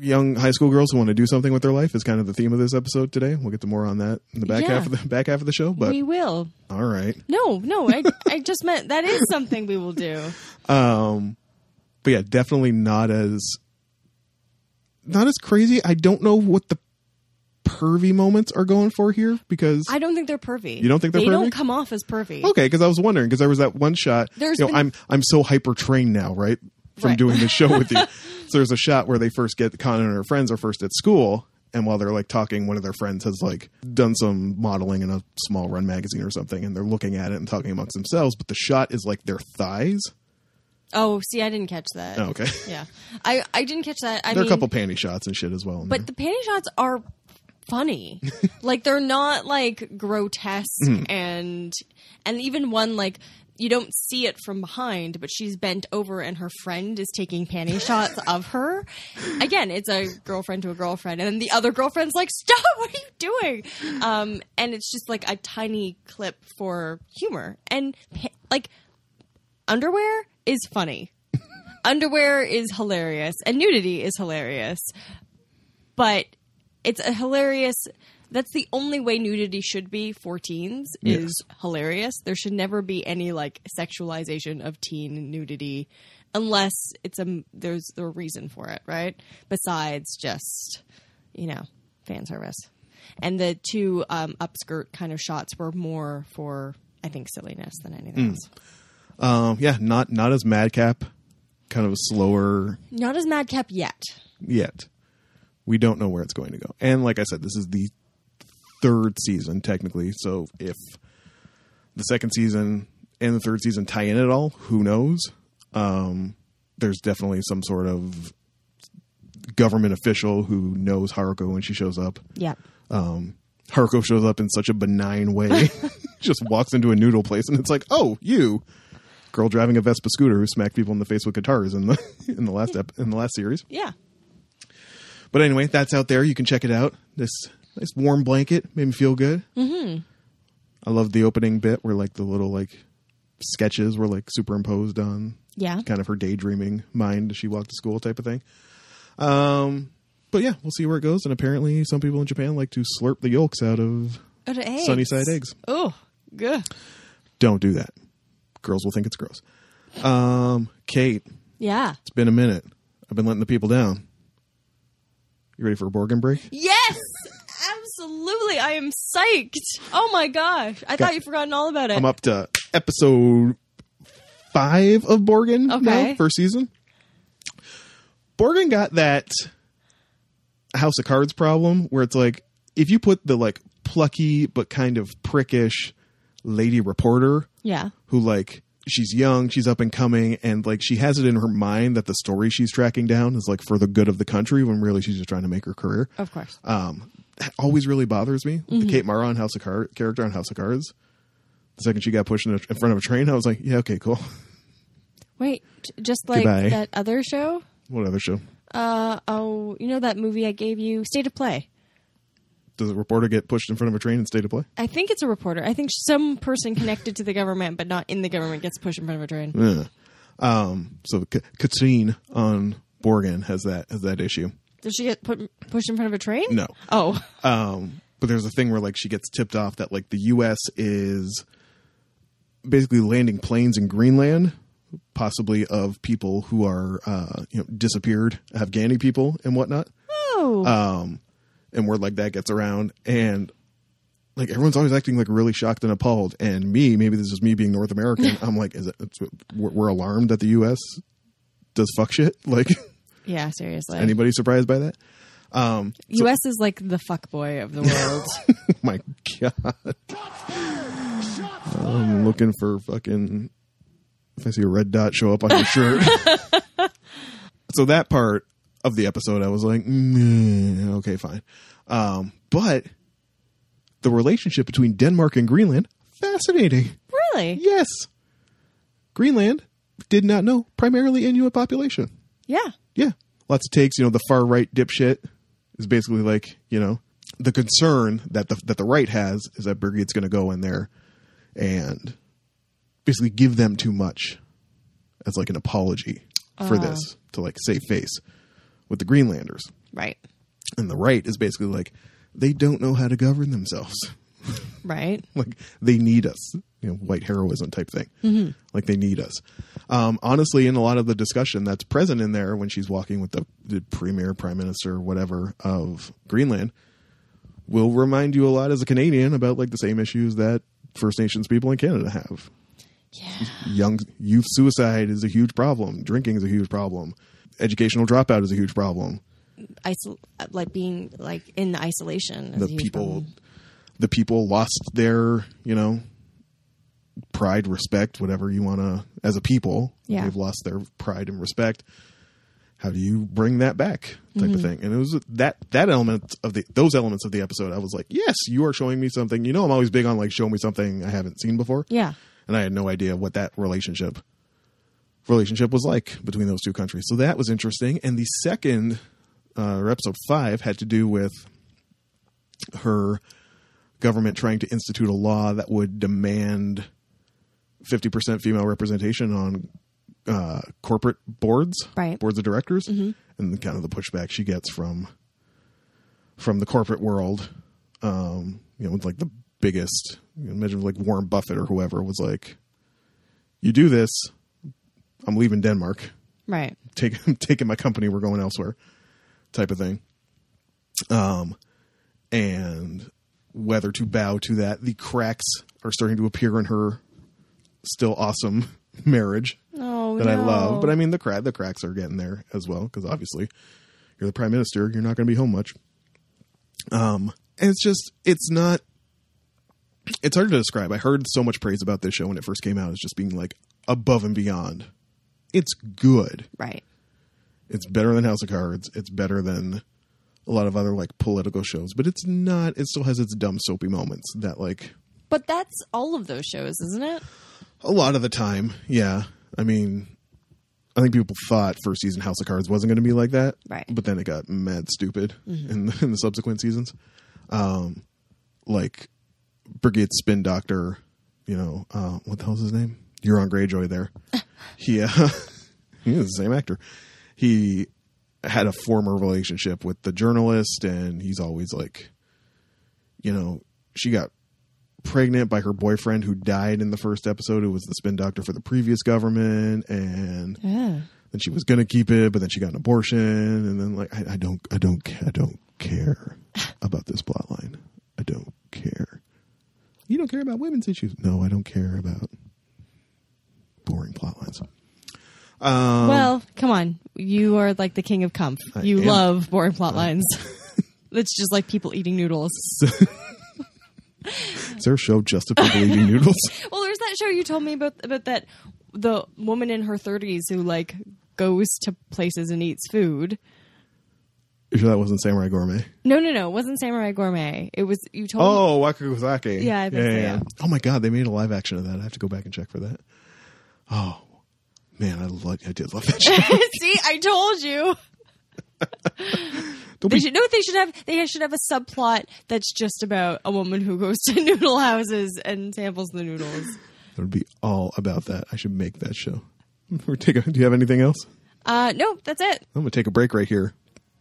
A: young high school girls who want to do something with their life is kind of the theme of this episode today. We'll get to more on that in the back
B: Yeah.
A: half of the back half of the show. But
B: we will.
A: all right,
B: No, no. I, I just meant that is something we will do.
A: but yeah, definitely not as not as crazy. I don't know what the pervy moments are going for here because
B: I don't think they're pervy.
A: You don't think they're
B: They
A: pervy? Oh.
B: don't come off as pervy.
A: Okay, because I was wondering because there was that one shot.
B: There's
A: you know,
B: been-
A: I'm I'm so hyper trained now, right? From
B: Right.
A: doing this show with you. so there's a shot where they first get Conan and her friends are first at school, and while they're like talking, one of their friends has like done some modeling in a small run magazine or something, and they're looking at it and talking amongst themselves. But the shot is like their thighs.
B: Oh, see, I didn't catch that.
A: Oh, okay,
B: Yeah. I, I didn't catch that. I
A: there are
B: mean,
A: a couple panty shots and shit as well. in
B: but the panty shots are funny like they're not like grotesque and and even one like you don't see it from behind but she's bent over and her friend is taking panty shots of her again it's a girlfriend to a girlfriend and then the other girlfriend's like stop what are you doing um and it's just like a tiny clip for humor and pa- like underwear is funny underwear is hilarious and nudity is hilarious but it's a hilarious that's the only way nudity should be for teens is hilarious there should never be any like sexualization of teen nudity unless it's a there's a reason for it right besides just you know fan service and the two um, upskirt kind of shots were more for i think silliness than anything else
A: Um, yeah, not not as madcap, kind of slower
B: not as madcap yet
A: yet. We don't know where it's going to go. And like I said, this is the third season technically. So if the second season and the third season tie in at all, who knows? Um, there's definitely some sort of government official who knows Haruko when she shows up.
B: yeah
A: Haruko shows up in such a benign way, just walks into a noodle place, and it's like, oh, you girl driving a Vespa scooter who smacked people in the face with guitars in the in the last ep- in the last series.
B: yeah
A: But anyway, that's out there. You can check it out. This nice warm blanket made me feel good. Mm-hmm. I love the opening bit where like the little like sketches were like superimposed on
B: yeah
A: kind of her daydreaming mind as she walked to school type of thing. Um, but yeah, we'll see where it goes. And apparently, some people in Japan like to slurp the yolks out of sunny side eggs.
B: oh good
A: Don't do that. Girls will think it's gross. Um, Kate,
B: yeah
A: it's been a minute. I've been letting the people down. You ready for a Borgen break?
B: Yes, absolutely. I am psyched. Oh my gosh, I thought you'd forgotten all about it.
A: I'm up to episode five of Borgen now,
B: Okay.
A: first season. Borgen got that House of Cards problem where it's like if you put the like plucky but kind of prickish lady reporter
B: yeah,
A: who like she's young, she's up and coming, and like she has it in her mind that the story she's tracking down is like for the good of the country when really she's just trying to make her career
B: of course.
A: um, that always really bothers me. The Kate Mara on House of Cards character on House of Cards. The second she got pushed in, a, in front of a train, I was like, yeah, okay, cool.
B: Wait, j- just like
A: Goodbye.
B: that other show.
A: what other show?
B: Uh oh, you know that movie I gave you, State of Play.
A: Does a reporter get pushed in front of a train and stay to play?
B: I think it's a reporter. I think some person connected to the government, but not in the government, gets pushed in front of a train.
A: Yeah. Um, so K- Katrine on Borgen has that has that issue.
B: Did she get put, pushed in front of a train?
A: No.
B: Oh,
A: Um, but there's a thing where like she gets tipped off that like the U.S. is basically landing planes in Greenland, possibly of people who are uh, you know disappeared Afghani people and whatnot.
B: oh,
A: Uh, and word like that gets around and like everyone's always acting like really shocked and appalled and me maybe this is me being north american i'm like is it it's, we're, we're alarmed that the us does fuck shit like
B: yeah. Seriously,
A: anybody surprised by that Um,
B: U.S. is like the fuck boy of the world.
A: my God,
C: Shots fired. Shots fired.
A: I'm looking for fucking. If I see a red dot show up on your shirt, so that part of the episode, I was like, "Mm, okay, fine. Um, but the relationship between Denmark and Greenland, fascinating.
B: really?
A: Yes, Greenland did not know primarily Inuit population.
B: Yeah.
A: Yeah. Lots of takes, you know, the far right dipshit is basically like, you know, the concern that the that the right has is that Brigitte is gonna go in there and basically give them too much as like an apology for this to like save face with the Greenlanders.
B: Right.
A: And the right is basically like, they don't know how to govern themselves
B: Right.
A: like they need us you know white heroism type thing like they need us um, honestly in a lot of the discussion that's present in there when she's walking with the, the premier prime minister whatever of greenland will remind you a lot as a canadian about like the same issues that first nations people in canada have
B: Yeah.
A: young youth suicide is a huge problem drinking is a huge problem educational dropout is a huge problem
B: Isol- uh, like being like in isolation. is
A: the
B: a huge
A: people
B: problem.
A: the people lost their you know pride respect whatever you want to as a people
B: Yeah.
A: they've lost their pride and respect how do you bring that back type
B: Mm-hmm.
A: of thing and it was that that element of the those elements of the episode i was like yes you are showing me something you know i'm always big on like show me something i haven't seen before
B: Yeah.
A: and i had no idea what that relationship relationship was like between those two countries so that was interesting and the second uh, or episode five had to do with her government trying to institute a law that would demand 50% female representation on uh, corporate boards,
B: Right.
A: boards of directors, and the, kind of the pushback she gets from from the corporate world. Um, you know, it's like the biggest. You know, imagine like Warren Buffett or whoever was like, "You do this, I'm leaving Denmark."
B: Right.
A: take I'm taking my company, we're going elsewhere, type of thing. Um, and whether to bow to that, the cracks are starting to appear in her still awesome marriage
B: No.
A: that I love.
B: Oh, no.
A: But I mean, the crack the cracks are getting there as well because obviously you're the prime minister, you're not going to be home much. Um, and it's just it's not. It's hard to describe. I heard so much praise about this show when it first came out as just being like above and beyond. It's good.
B: right.
A: It's better than House of Cards. It's better than a lot of other like political shows, but it's not. It still has its dumb soapy moments that like
B: But that's all of those shows, isn't it?
A: a lot of the time. Yeah, I mean, I think people thought first season House of Cards wasn't going to be like that,
B: Right.
A: But then it got mad stupid in, the, in the subsequent seasons. Um, like Brigade Spin Doctor, you know, uh, what the hell's his name? Euron Greyjoy. There, he uh, he was the same actor. He had a former relationship with the journalist, and he's always like, you know, she got pregnant by her boyfriend who died in the first episode, who was the spin doctor for the previous government, and
B: Yeah.
A: then she was gonna keep it, but then she got an abortion, and then like I, I don't, I don't, ca- I don't care about this plot line. I don't care. You don't care about women's issues. No, I don't care about boring plot lines.
B: well, come on. You are like the king of comp.
A: I
B: You
A: am.
B: love boring plot lines. It's just like people eating noodles.
A: Is there a show just about people eating noodles?
B: Well, there's that show you told me about about that the woman in her 30s who like goes to places and eats food.
A: You sure that wasn't Samurai Gourmet?
B: No, no, no. It wasn't Samurai Gourmet. It was you told me
A: Oh, Wakakuzaki.
B: Yeah, I think so, yeah.
A: Oh my god, they made a live action of that. I have to go back and check for that. Oh man, I lo- I did love that show.
B: See, I told you.
A: Don't
B: They
A: be-
B: should know what they should have. They should have a subplot that's just about a woman who goes to noodle houses and samples the noodles.
A: that would be all about that. I should make that show. We're taking. Do you have anything else?
B: Uh, no, that's it.
A: I'm gonna take a break right here.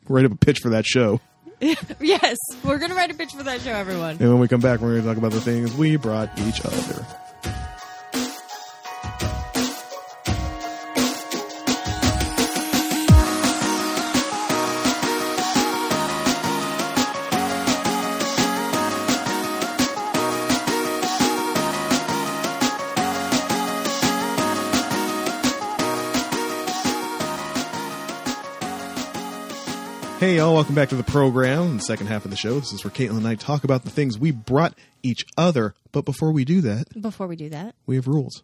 A: Write up a pitch for that show,
B: Yes, we're gonna write a pitch for that show, everyone.
A: and when we come back, we're gonna talk about the things we brought each other. Hey, y'all, welcome back to the program. The second half of the show. This is where Caitlin and I talk about the things we brought each other. But before we do that,
B: Before we do that,
A: we have rules.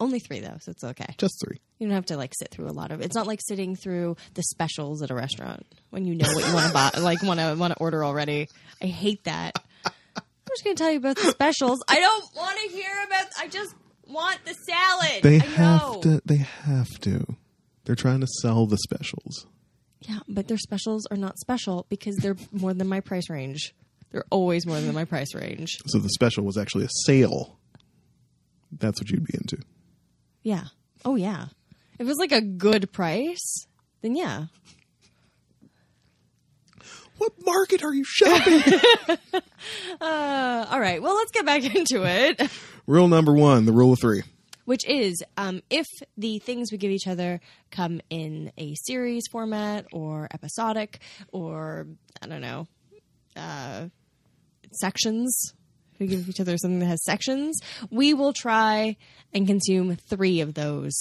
B: only three though, so it's okay.
A: Just three.
B: You don't have to like sit through a lot of. It's not like sitting through the specials at a restaurant when you know what you want to buy, like want to want to order already. I hate that. I'm just gonna tell you about the specials. I don't want to hear about. I just want the salad.
A: They
B: I know.
A: have to. They have to. They're trying to sell the specials.
B: Yeah, but their specials are not special because they're more than my price range. They're always more than my price range.
A: So the special was actually a sale. That's what you'd be into.
B: Yeah. Oh yeah. If it was like a good price, then yeah.
A: What market are you shopping?
B: Uh, all right. Well, let's get back into it.
A: rule number one: the rule of three.
B: which is um, if the things we give each other come in a series format or episodic or I don't know uh, sections. If we give each other something that has sections, we will try and consume three of those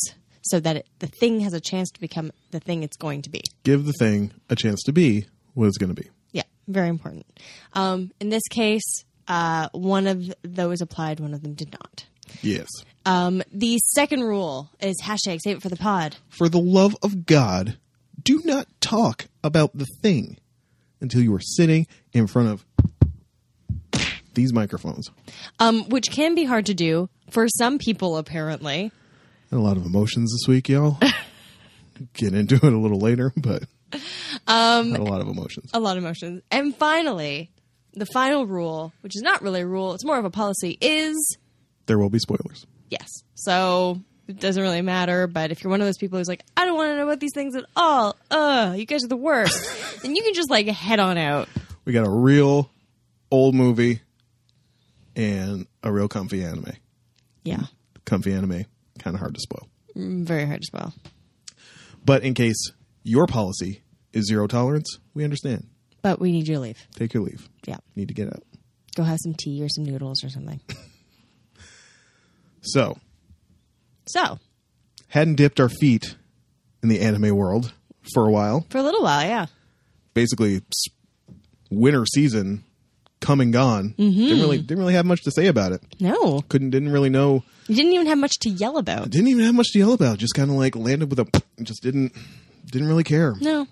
B: so that it, the thing has a chance to become the thing it's going to be.
A: Give the thing a chance to be what it's going to be.
B: Yeah, very important. Um, in this case, uh, one of those applied, one of them did not.
A: Yes.
B: Um, the second rule is hashtag save it for the pod.
A: For the love of God, do not talk about the thing until you are sitting in front of these microphones.
B: um, which can be hard to do for some people, apparently.
A: And a lot of emotions this week, y'all. Get into it a little later, but um, had a lot of emotions.
B: A lot of emotions. And finally, the final rule, which is not really a rule, it's more of a policy, is
A: There will be spoilers.
B: yes. So it doesn't really matter, but if you're one of those people who's like, I don't want to know about these things at all, ugh, you guys are the worst, then you can just like head on out.
A: We got a real old movie and a real comfy anime.
B: Yeah.
A: Comfy anime, kind of hard to spoil.
B: Very hard to spell.
A: But in case your policy is zero tolerance, we understand.
B: But we need you to leave.
A: Take your leave.
B: Yeah.
A: Need to get out.
B: Go have some tea or some noodles or something.
A: So,
B: So,
A: hadn't dipped our feet in the anime world for a while.
B: for a little while, yeah.
A: Basically, s- winter season come and gone. Didn't really didn't really have much to say about it.
B: No.
A: Couldn't didn't really know.
B: You didn't even have much to yell about.
A: Didn't even have much to yell about. Just kind of like landed with a. Just didn't didn't really care.
B: No.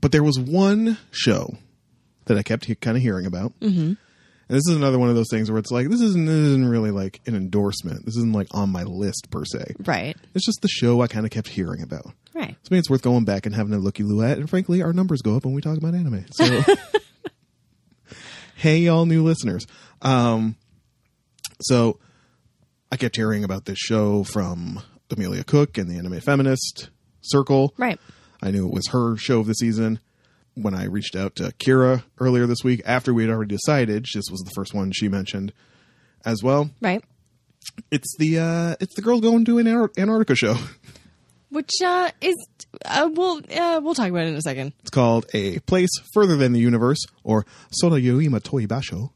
A: But there was one show that I kept he- kind of hearing about. Mm-hmm. And this is another one of those things where it's like this isn't this isn't really like an endorsement. This isn't like on my list per se.
B: Right.
A: It's just the show I kind of kept hearing about.
B: Right.
A: So I mean, it's worth going back and having a looky loo at. And frankly, our numbers go up when we talk about anime. So, hey, all new listeners. Um, so I kept hearing about this show from Amelia Cook and the Anime Feminist Circle.
B: Right.
A: I knew it was her show of the season. When I reached out to Kira earlier this week, after we had already decided, this was the first one she mentioned as well.
B: Right.
A: It's the uh, it's the girl going to an Anar- Antarctica show.
B: Which uh, is uh, we'll uh, we'll talk about it in a second.
A: It's called A Place Further Than the Universe or Sorayoima Toibasho.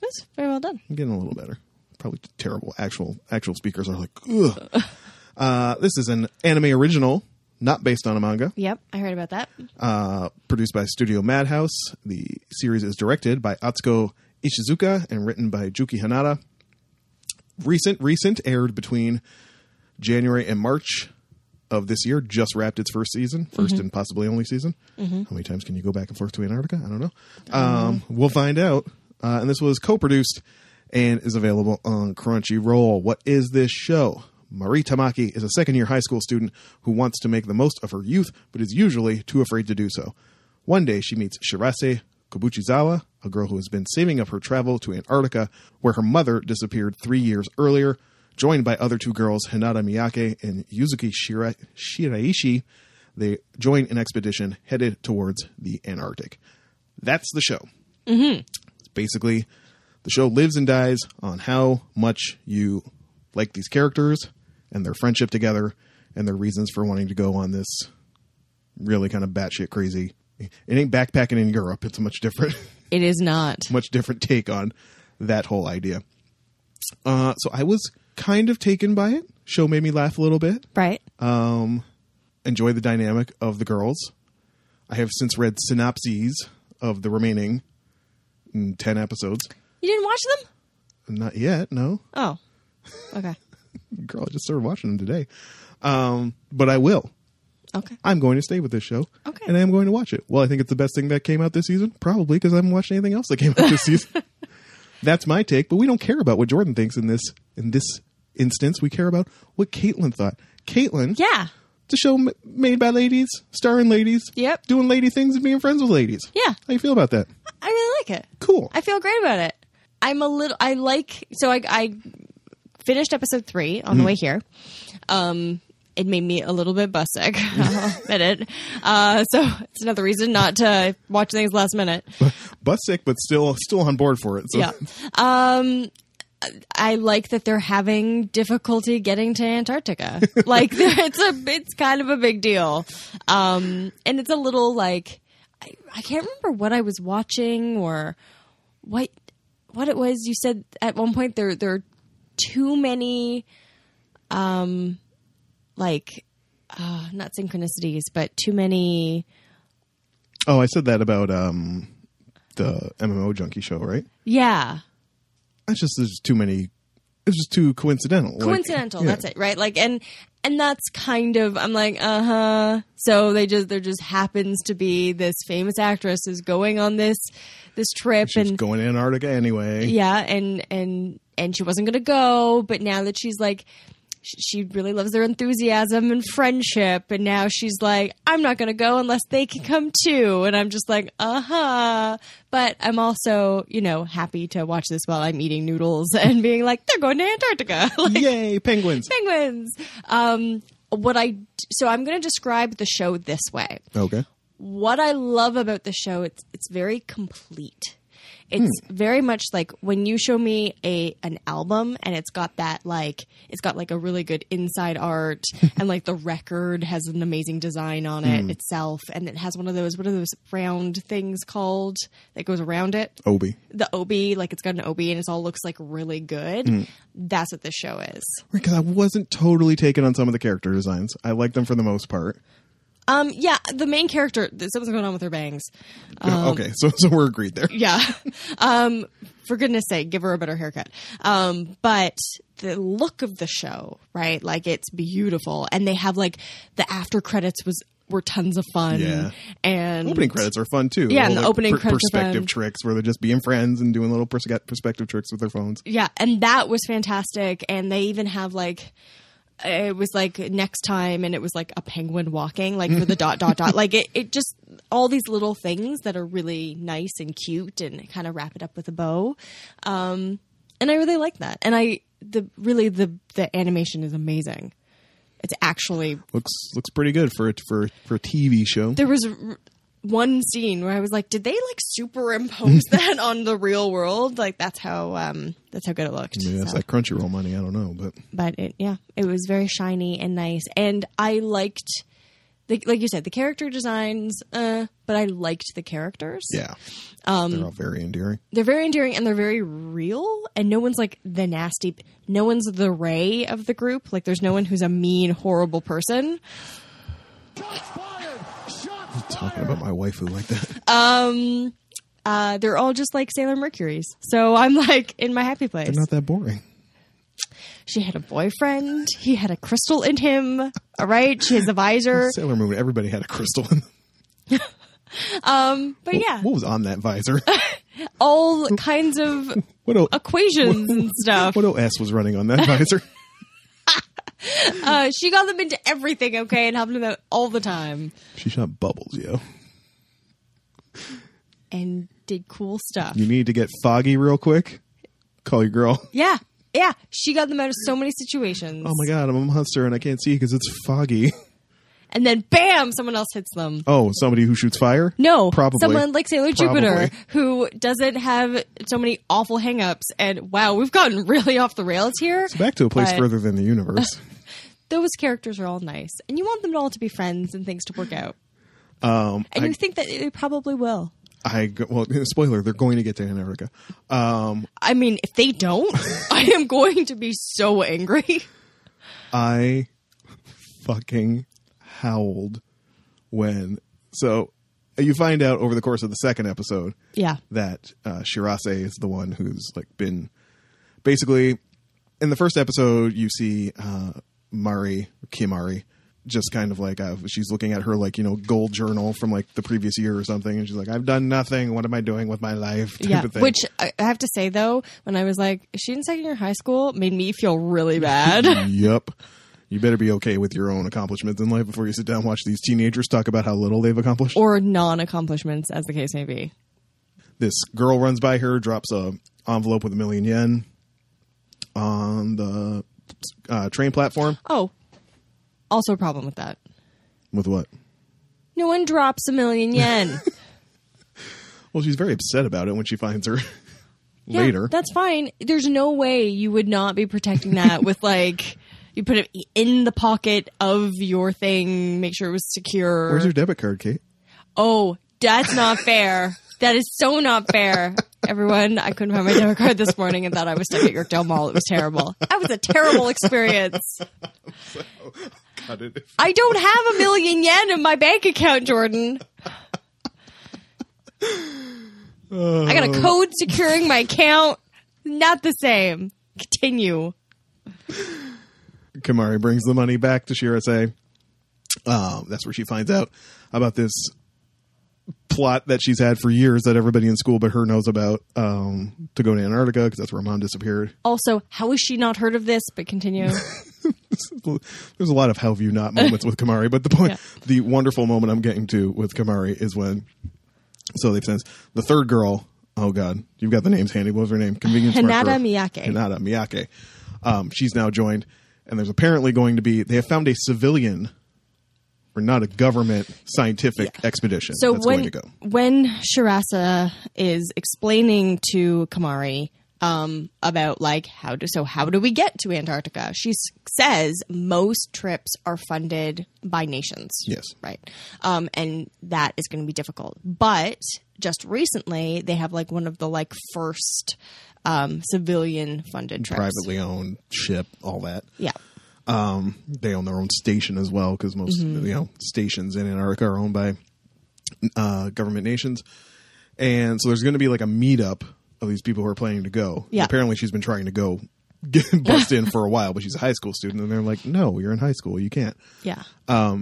B: That's very well done.
A: I'm getting a little better. Probably terrible. Actual actual speakers are like, ugh. Uh, this is an anime original, not based on a manga,
B: Yep, I heard about that.
A: uh, produced by Studio Madhouse. The series is directed by Atsuko Ishizuka and written by Juki Hanada. Recent, recent, aired between January and March of this year. Just wrapped its first season, 1st and possibly only season. How many times can you go back and forth to Antarctica? I don't know. Um, we'll find out. Uh, and this was co-produced and is available on Crunchyroll. What is this show? Marie Tamaki is a second-year high school student who wants to make the most of her youth, but is usually too afraid to do so. One day, she meets Shirase Kobuchizawa, a girl who has been saving up her travel to Antarctica, where her mother disappeared three years earlier. Joined by other two girls, Hinata Miyake and Yuzuki Shira- Shiraishi, they join an expedition headed towards the Antarctic. That's the show. Mm-hmm. It's basically, the show lives and dies on how much you like these characters and their friendship together and their reasons for wanting to go on this really kind of batshit crazy. It ain't backpacking in Europe. It's a much different,
B: It is not.
A: much different take on that whole idea. Uh, so I was kind of taken by it. Show made me laugh a little bit
B: Right.
A: enjoy the dynamic of the girls. I have since read synopses of the remaining mm, 10 episodes.
B: You didn't watch them?
A: Not yet, no.
B: Oh, okay,
A: Girl, I just started watching them today. Um, but I will.
B: okay.
A: I'm going to stay with this show.
B: Okay.
A: And I am going to watch it. Well, I think it's the best thing that came out this season. Probably because I haven't watched anything else that came out this season. That's my take, but we don't care about what Jordan thinks in this in this instance. We care about what Caitlin thought. Caitlin,
B: Yeah,
A: it's a show m- made by ladies, starring ladies,
B: Yep.
A: doing lady things and being friends with ladies.
B: Yeah.
A: How you feel about that?
B: I really like it.
A: Cool.
B: I feel great about it. I'm a little. I like. So I, I finished episode three on the way here. Um, it made me a little bit bus sick. I'll admit it. Uh, so it's another reason not to watch things last minute.
A: Bus sick, but still still on board for it. So
B: Yeah. Um, I like that they're having difficulty getting to Antarctica. like it's a, it's kind of a big deal. Um, and it's a little like, I, I can't remember what I was watching or what, what it was. You said at one point there, there are too many, um, like, uh, not synchronicities, but too many,
A: Oh, I said that about um the MMO junkie show, right?
B: yeah.
A: That's just there's too many it's just too coincidental. Like,
B: coincidental
A: yeah.
B: that's it right like and and that's kind of i'm like uh-huh so they just there just happens to be this famous actress is going on this this trip
A: She's
B: and
A: going to Antarctica anyway.
B: yeah and and and she wasn't gonna go but now that she's like sh- she really loves their enthusiasm and friendship and now she's like i'm not gonna go unless they can come too and i'm just like uh-huh but i'm also you know happy to watch this while i'm eating noodles and being like they're going to antarctica like,
A: Yay, penguins.
B: penguins. Um, what I so I'm going to describe the show this way.
A: Okay.
B: What I love about the show it's it's very complete. It's very much like when you show me a an album and it's got that like it's got like a really good inside art and like the record has an amazing design on it itself and it has one of those what are those round things called that goes around it
A: Obi.
B: the obi like it's got an obi and it all looks like really good that's what this show is
A: Because I wasn't totally taken on some of the character designs. I liked them for the most part.
B: Um, yeah, the main character, th- something's going on with her bangs. Um,
A: okay, so so we're agreed there.
B: Yeah. um, for goodness sake, give her a better haircut. Um, but the look of the show, right? Like it's beautiful. And they have like the after credits was, were tons of fun.
A: Yeah.
B: And
A: Opening credits are fun too.
B: Yeah, and
A: Little,
B: the opening credits are
A: perspective
B: fun.
A: tricks where they're just being friends and doing little persca- perspective tricks with their phones.
B: yeah and that was fantastic and they even have like it was like next time and it was like a penguin walking like for the dot dot dot like it, it just all these little things that are really nice and cute and kind of wrap it up with a bow um and i really like that and i the really the the animation is amazing it's actually
A: Looks looks pretty good for a, for for a TV show.
B: there was r- one scene where I was like, did they like superimpose that on the real world? Like that's how um that's how good it looked.
A: Maybe that's
B: So-
A: like Crunchyroll money. I don't know, but
B: but it yeah it was very shiny and nice and i liked the, like you said the character designs uh but i liked the characters
A: yeah,
B: Um,
A: they're all very endearing.
B: they're very endearing and they're very real and no one's like the nasty no one's the ray of the group like there's no one who's a mean horrible person
C: Shots fired! Shots
A: Talking
C: fired!
A: about my waifu like that.
B: uh they're all just like sailor mercury's so i'm like in my happy place
A: Not that boring.
B: she had a boyfriend he had a crystal in him all right she has a visor
A: Sailor Moon. Everybody had a crystal. in them.
B: but yeah
A: What was on that visor?
B: all kinds of
A: What o-
B: equations and stuff
A: what OS was running on that visor?
B: Uh, she got them into everything, okay, and helped them out all the time.
A: she shot bubbles, yo.
B: And did cool stuff.
A: You need to get foggy real quick. Call your girl.
B: Yeah. Yeah. She got them out of so many situations.
A: Oh my god, I'm a monster and I can't see because it's foggy.
B: And then bam, someone else hits them.
A: Oh, somebody who shoots fire?
B: No.
A: probably
B: Someone like Sailor
A: Probably.
B: Jupiter who doesn't have so many awful hangups and wow, we've gotten really off the rails here.
A: Back to a place
B: But
A: further than the universe.
B: Those characters are all nice. And you want them all to be friends and things to work out.
A: um,
B: And
A: I,
B: you think that they probably will.
A: I go- well, spoiler, they're going to get to Antarctica. Um,
B: I mean, if they don't, I am going to be so angry.
A: I fucking howled when. So you find out over the course of the second episode
B: Yeah.
A: that uh, Shirase is the one who's like been basically in the first episode you see uh, Mari Kimari just kind of like uh, she's looking at her like you know gold journal from like the previous year or something and she's like I've done nothing what am I doing with my life type
B: Yeah,
A: of thing.
B: which I I have to say though, when I was like, is she in second year high school? Made me feel really bad.
A: yep. You better be okay with your own accomplishments in life before you sit down and watch these teenagers talk about how little they've accomplished.
B: or non accomplishments, as the case may be.
A: this girl runs by her, drops a envelope with a million yen on the uh, train platform.
B: Oh, also a problem with that.
A: With what?
B: No one drops a million yen.
A: Well, she's very upset about it when she finds her
B: Yeah,
A: later.
B: that's fine. There's no way you would not be protecting that with like you put it in the pocket of your thing, make sure it was secure.
A: Where's your debit card, Kate?
B: oh, that's not fair. that is so not fair. Everyone, I couldn't find my debit card this morning and thought I was stuck at Yorkdale Mall. It was terrible. That was a terrible experience.
A: Got it.
B: I don't have a million yen in my bank account, Jordan. I got a code securing my account. Not the same. Continue.
A: Kamari brings the money back to Shirase. Um, that's where she finds out about this plot that she's had for years that everybody in school but her knows about um, to go to Antarctica because that's where mom disappeared.
B: Also, how has she not heard of this? But continue.
A: There's a lot of how have you not moments with Kamari, but the point, the wonderful moment I'm getting to with Kamari is when. So they've sent the third girl. Oh God, you've got the names handy. What was her name? Convenience
B: Hinata
A: Marker.
B: Miyake.
A: Hinata Miyake. Um, she's now joined, and there's apparently going to be. They have found a civilian, or not a government scientific expedition
B: So
A: that's
B: when
A: going to go.
B: when Shirasa is explaining to Kamari um, about like how do so how do we get to Antarctica? She s- says most trips are funded by nations.
A: Yes.
B: right, um, and that is going to be difficult. But just recently, they have like one of the like first um, civilian funded trips.
A: Privately owned ship, all that.
B: Yeah.
A: they own their own station as well because most you know stations in Antarctica are owned by uh, government nations, and so there's going to be like a meetup of these people who are planning to go.
B: Yeah.
A: apparently she's been trying to go get bust in for a while, but she's a high school student, and they're like, "No, you're in high school, you can't."
B: Yeah.
A: Uh,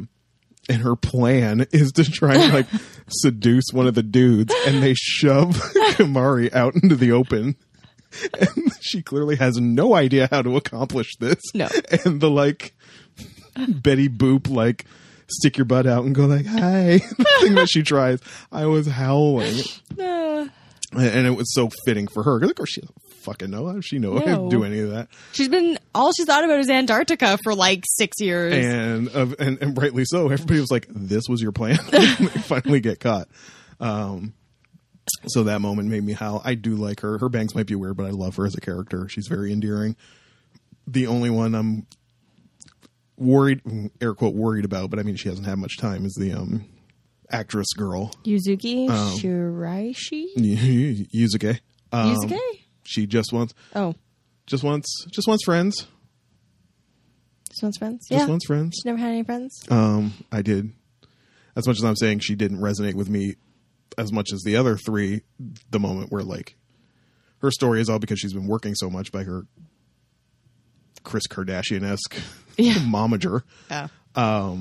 A: And her plan is to try and like seduce one of the dudes, and they shove Kamari out into the open. And she clearly has no idea how to accomplish this.
B: No.
A: And the like Betty Boop like stick your butt out and go like hi thing that she tries. I was howling,
B: Uh,
A: and and it was so fitting for her because of course she doesn't fucking know. How does She know how to
B: No.
A: do any of that,
B: she's been all she's thought about is Antarctica for like six years.
A: and of and, and rightly so. Everybody was like, "This was your plan." They finally get caught. Um, so that moment made me howl. I do like her. Her bangs might be weird, but I love her as a character. She's very endearing. The only one I'm worried, air quote worried about, but I mean she hasn't had much time is the um actress girl
B: Yuzuki
A: Oh.
B: Shiraishi?
A: Yuzuke. Um,
B: Yuzuke?
A: She just wants,
B: Oh,
A: just wants, just wants friends.
B: just wants friends?
A: Just
B: yeah.
A: wants friends.
B: She never had any friends?
A: Um, I did. As much as I'm saying she didn't resonate with me as much as the other three, the moment where like her story is all because she's been working so much by her Chris Kardashian esque
B: Yeah.
A: momager.
B: Oh.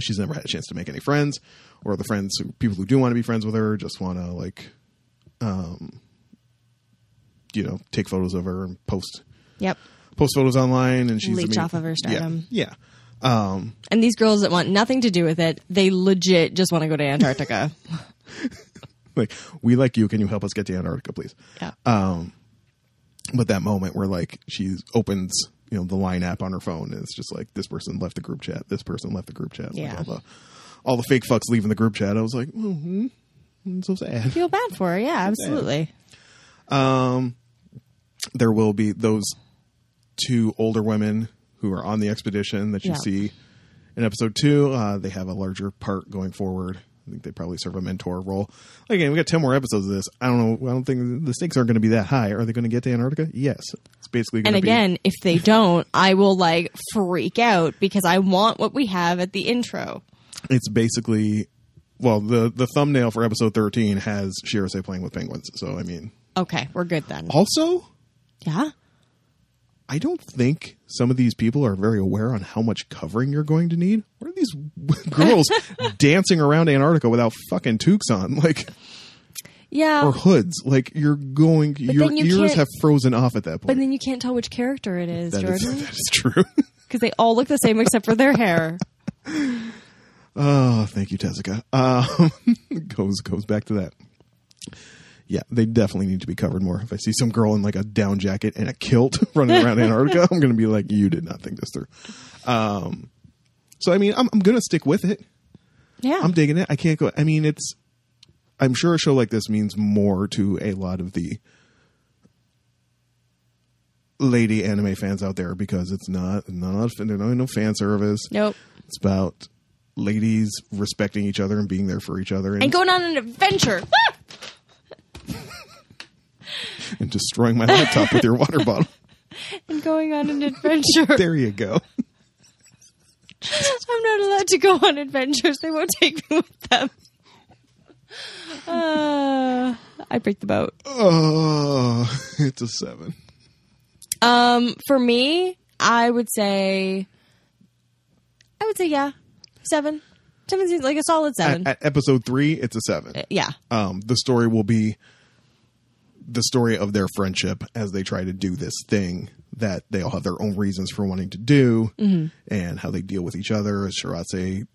A: She's never had a chance to make any friends, or the friends who, people who do want to be friends with her just want to like, um, you know, take photos of her and post
B: Yep.
A: post photos online, and she's
B: Leech
A: immediate-
B: off of her stardom.
A: Yeah, yeah.
B: And these girls that want nothing to do with it, they legit just want to go to Antarctica.
A: like we like you. Can you help us get to Antarctica, please?
B: yeah.
A: Oh. but that moment where like she opens you know the line app on her phone and it's just like this person left the group chat this person left the group chat It's like,
B: Yeah.
A: all, the, all the fake fucks leaving the group chat i was like mm-hmm. so sad
B: Feel bad for her. Yeah, absolutely.
A: there will be those two older women who are on the expedition that you
B: Yeah.
A: see in episode two uh, they have a larger part going forward I think they probably serve a mentor role. Again, we got ten more episodes of this. I don't know. I don't think the stakes aren't going to be that high. Are they going to get to Antarctica? Yes. It's basically. Gonna
B: And
A: be-
B: again, if they don't, I will like freak out because I want what we have at the intro.
A: it's basically well the the thumbnail for episode 13 has Shirase playing with penguins so i mean
B: Okay, we're good then.
A: Oh. also
B: Yeah.
A: i don't think some of these people are very aware on how much covering you're going to need what are these girls dancing around antarctica without fucking toques on like
B: Yeah.
A: or hoods like you're going your
B: then you
A: ears
B: can't-
A: have frozen off at that point
B: but then you can't tell which character it is,
A: that, is,
B: Jordan,
A: that is true
B: because they all look the same except for their hair.
A: Oh, thank you, Tessica. Um, goes goes back to that. Yeah, they definitely need to be covered more. If I see some girl in like a down jacket and a kilt running around Antarctica, I'm going to be like, you did not think this through. Um, so I mean, I'm, I'm going to stick with it.
B: Yeah.
A: I'm digging it. I can't go. I mean, it's. I'm sure a show like this means more to a lot of the lady anime fans out there because it's not not there's no no fan service.
B: nope.
A: It's about ladies respecting each other and being there for each other and,
B: And going on an adventure. Ah!
A: and destroying my laptop with your water bottle.
B: and going on an adventure.
A: There you go.
B: I'm not allowed to go on adventures. They won't take me with them. Uh, I break the boat.
A: Oh, it's a seven.
B: Um, for me, I would say, I would say, yeah, seven. Seven seems like a solid seven.
A: At, at episode three, it's a seven.
B: yeah,
A: Um, the story will be the story of their friendship as they try to do this thing that they all have their own reasons for wanting to do
B: Mm-hmm.
A: and how they deal with each other. As Shirase,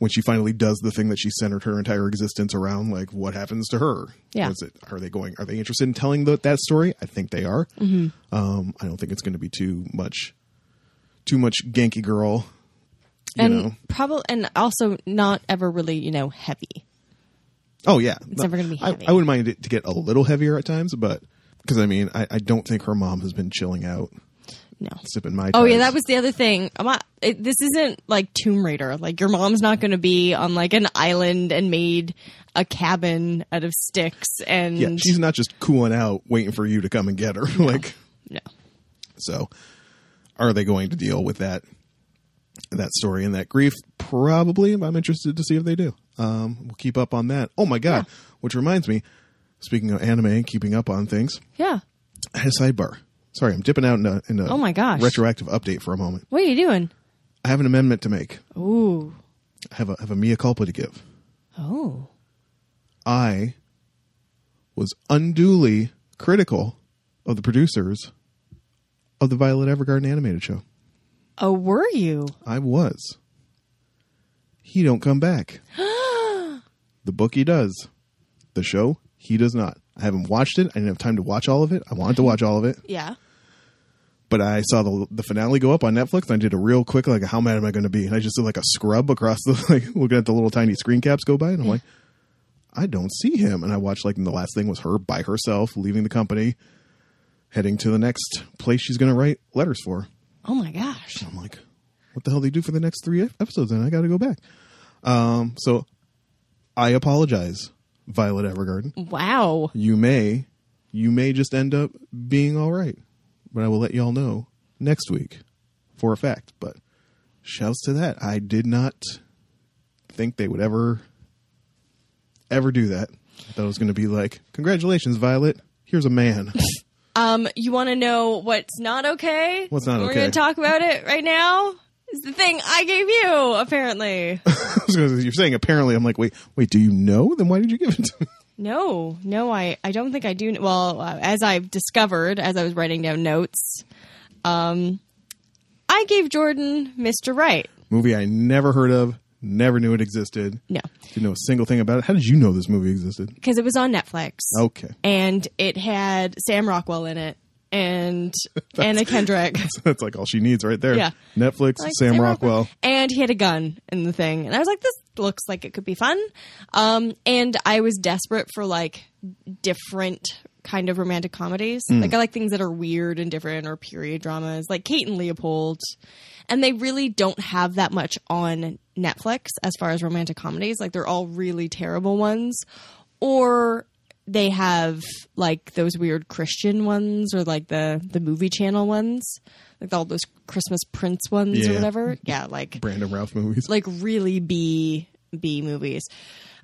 A: when she finally does the thing that she centered her entire existence around, like what happens to her?
B: Yeah.
A: Is it, are they going, are they interested in telling the, that story? I think they are.
B: Mm-hmm.
A: Um, I don't think it's going to be too much, too much Genki girl, you
B: and
A: know?
B: probably, and also not ever really, you know, heavy.
A: Oh yeah, it's
B: never gonna be heavy.
A: I, I wouldn't mind it to get a little heavier at times, but because I mean, I, I don't think her mom has been chilling out,
B: No.
A: sipping my.
B: Oh yeah, that was the other thing. I'm not, it, this isn't like Tomb Raider. Like your mom's not going to be on like an island and made a cabin out of sticks and
A: Yeah, she's not just cooling out, waiting for you to come and get her. like,
B: no.
A: so are they going to deal with that? That story and that grief, probably. I'm interested to see if they do. Um, we'll keep up on that. Oh my god! Which reminds me, speaking of anime and keeping up on things,
B: Yeah.
A: I had a sidebar. Sorry, I'm dipping out into, into
B: Oh my gosh.
A: retroactive update for a moment.
B: What are you doing?
A: I have an amendment to make.
B: Ooh.
A: I have a have a mea culpa to give.
B: Oh.
A: I was unduly critical of the producers of the Violet Evergarden animated show.
B: Oh, were you?
A: I was. He don't come back. the book he does. The show he does not. I haven't watched it. I didn't have time to watch all of it. I wanted to watch all of it,
B: Yeah.
A: but I saw the the finale go up on Netflix. And I did a real quick like, how mad am I going to be? And I just did like a scrub across the like looking at the little tiny screen caps go by, and I'm like, I don't see him. And I watched like the last thing was her by herself leaving the company, heading to the next place she's going to write letters for.
B: Oh my gosh.
A: I'm like, what the hell they do for the next three ep- episodes? And I got to go back. Um, so I apologize, Violet Evergarden.
B: Wow.
A: You may, you may just end up being all right, but I will let y'all know next week for a fact. But shouts to that. I did not think they would ever, ever do that. I thought it was going to be like, congratulations, Violet. Here's a man.
B: Um, you want to know what's not okay?
A: What's not
B: We're
A: okay?
B: going to talk about it right now. Is the thing I gave you apparently?
A: I was gonna say, you're saying apparently. I'm like, wait, wait, do you know? Then why did you give it to me?
B: no, no, I, I don't think I do. kn- Well, uh, as I've discovered as I was writing down notes, um, I gave Jordan Mr. Right.
A: movie I never heard of, never knew it existed.
B: No,
A: Didn't know a single thing about it. How did you know this movie existed?
B: because it was on Netflix.
A: Okay.
B: and it had Sam Rockwell in it and Anna Kendrick.
A: That's like all she needs right there.
B: Yeah.
A: Netflix,
B: Like,
A: Sam, Rockwell.
B: And he had a gun in the thing. And I was like, this looks like it could be fun. Um, and I was desperate for like different kind of romantic comedies. Like I like things that are weird and different or period dramas, like Kate and Leopold. And they really don't have that much on Netflix as far as romantic comedies. Like they're all really terrible ones or they have like those weird Christian ones or like the the movie channel ones. Like all those Christmas Prince ones
A: Yeah.
B: or whatever. Yeah, like
A: Brandon Ralph movies.
B: like really B B movies.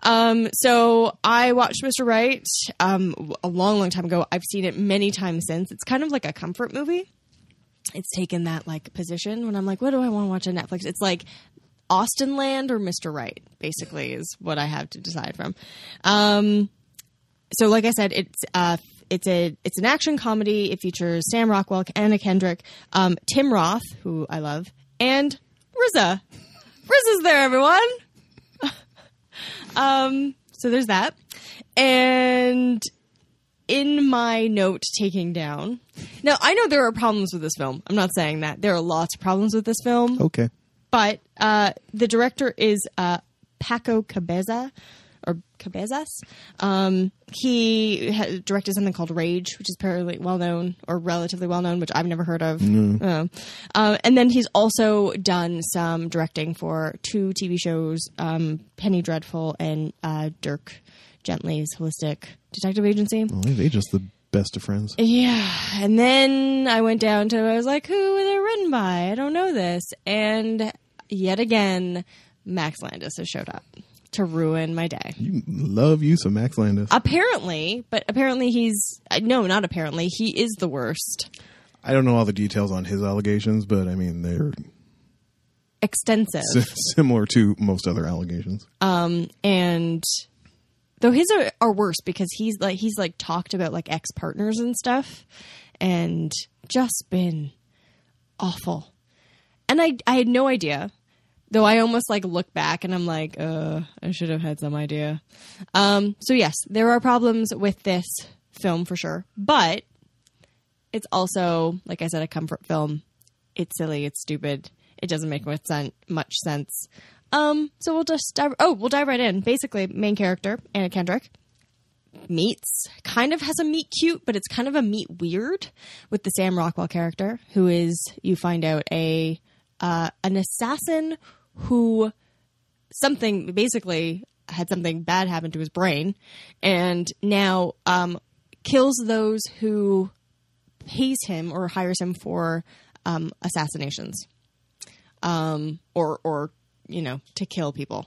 B: Um, so I watched Mr. Right um, a long, long time ago. I've seen it many times since. It's kind of like a comfort movie. It's taken that like position when I'm like, what do I want to watch on Netflix? It's like Austin Land or Mr. Right, basically, is what I have to decide from. Um, so like I said, it's uh, it's a it's an action comedy. It features Sam Rockwell, Anna Kendrick, um, Tim Roth, who I love, and RZA. RZA's there, everyone. um, so there's that, and in my note taking down. Now I know there are problems with this film. I'm not saying that there are lots of problems with this film
A: okay.
B: but uh, the director is uh, Paco Cabeza or Cabezas. Um, he ha- directed something called Rage, which is apparently well known or relatively well known, which I've never heard of. Oh. Uh, and then he's also done some directing for two TV shows, um, Penny Dreadful and uh, Dirk Gently's Holistic Detective Agency.
A: Well, they just the best of friends.
B: Yeah, and then I went down to I was like, who were they written by? I don't know this, and yet again, Max Landis has showed up to ruin my day.
A: You love you some Max Landis.
B: Apparently, but apparently he's uh, no, not apparently. He is the worst.
A: I don't know all the details on his allegations, but I mean they're
B: Extensive,
A: si- similar to most other allegations.
B: and though his are, are worse because he's like he's like talked about like ex partners and stuff, and just been awful. And I I had no idea. Though I almost like look back and I'm like, uh, I should have had some idea. Um, so yes, there are problems with this film for sure, but it's also, like I said, a comfort film. It's silly, it's stupid, it doesn't make much sen- much sense. Um, so we'll just dive. Oh, we'll dive right in. Basically, main character Anna Kendrick meets kind of has a meet cute but it's kind of a meet weird with the sam rockwell character who is you find out a uh, an assassin who something basically had something bad happen to his brain and now um, kills those who pays him or hires him for um, assassinations um, or or you know to kill people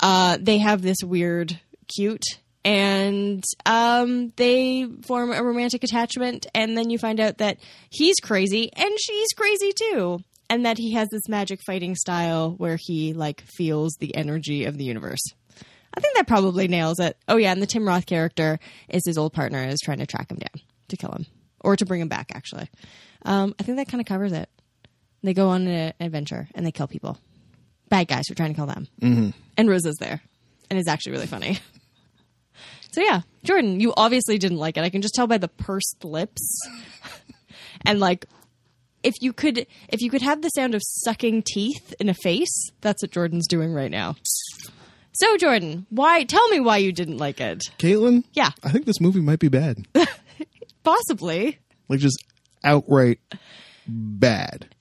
B: uh, they have this weird cute and um, they form a romantic attachment and then you find out that he's crazy and she's crazy too and that he has this magic fighting style where he like feels the energy of the universe i think that probably nails it oh yeah and the tim roth character is his old partner is trying to track him down to kill him or to bring him back actually um, i think that kind of covers it they go on an adventure and they kill people bad guys who are trying to kill them. Mm-hmm. And Rosa's there, and it's actually really funny. So yeah, Jordan, you obviously didn't like it. I can just tell by the pursed lips, and like, if you could, if you could have the sound of sucking teeth in a face, that's what Jordan's doing right now. So Jordan, why? Tell me why you didn't like it.
A: Caitlin,
B: Yeah.
A: I think this movie might be bad.
B: Possibly
A: like just outright bad.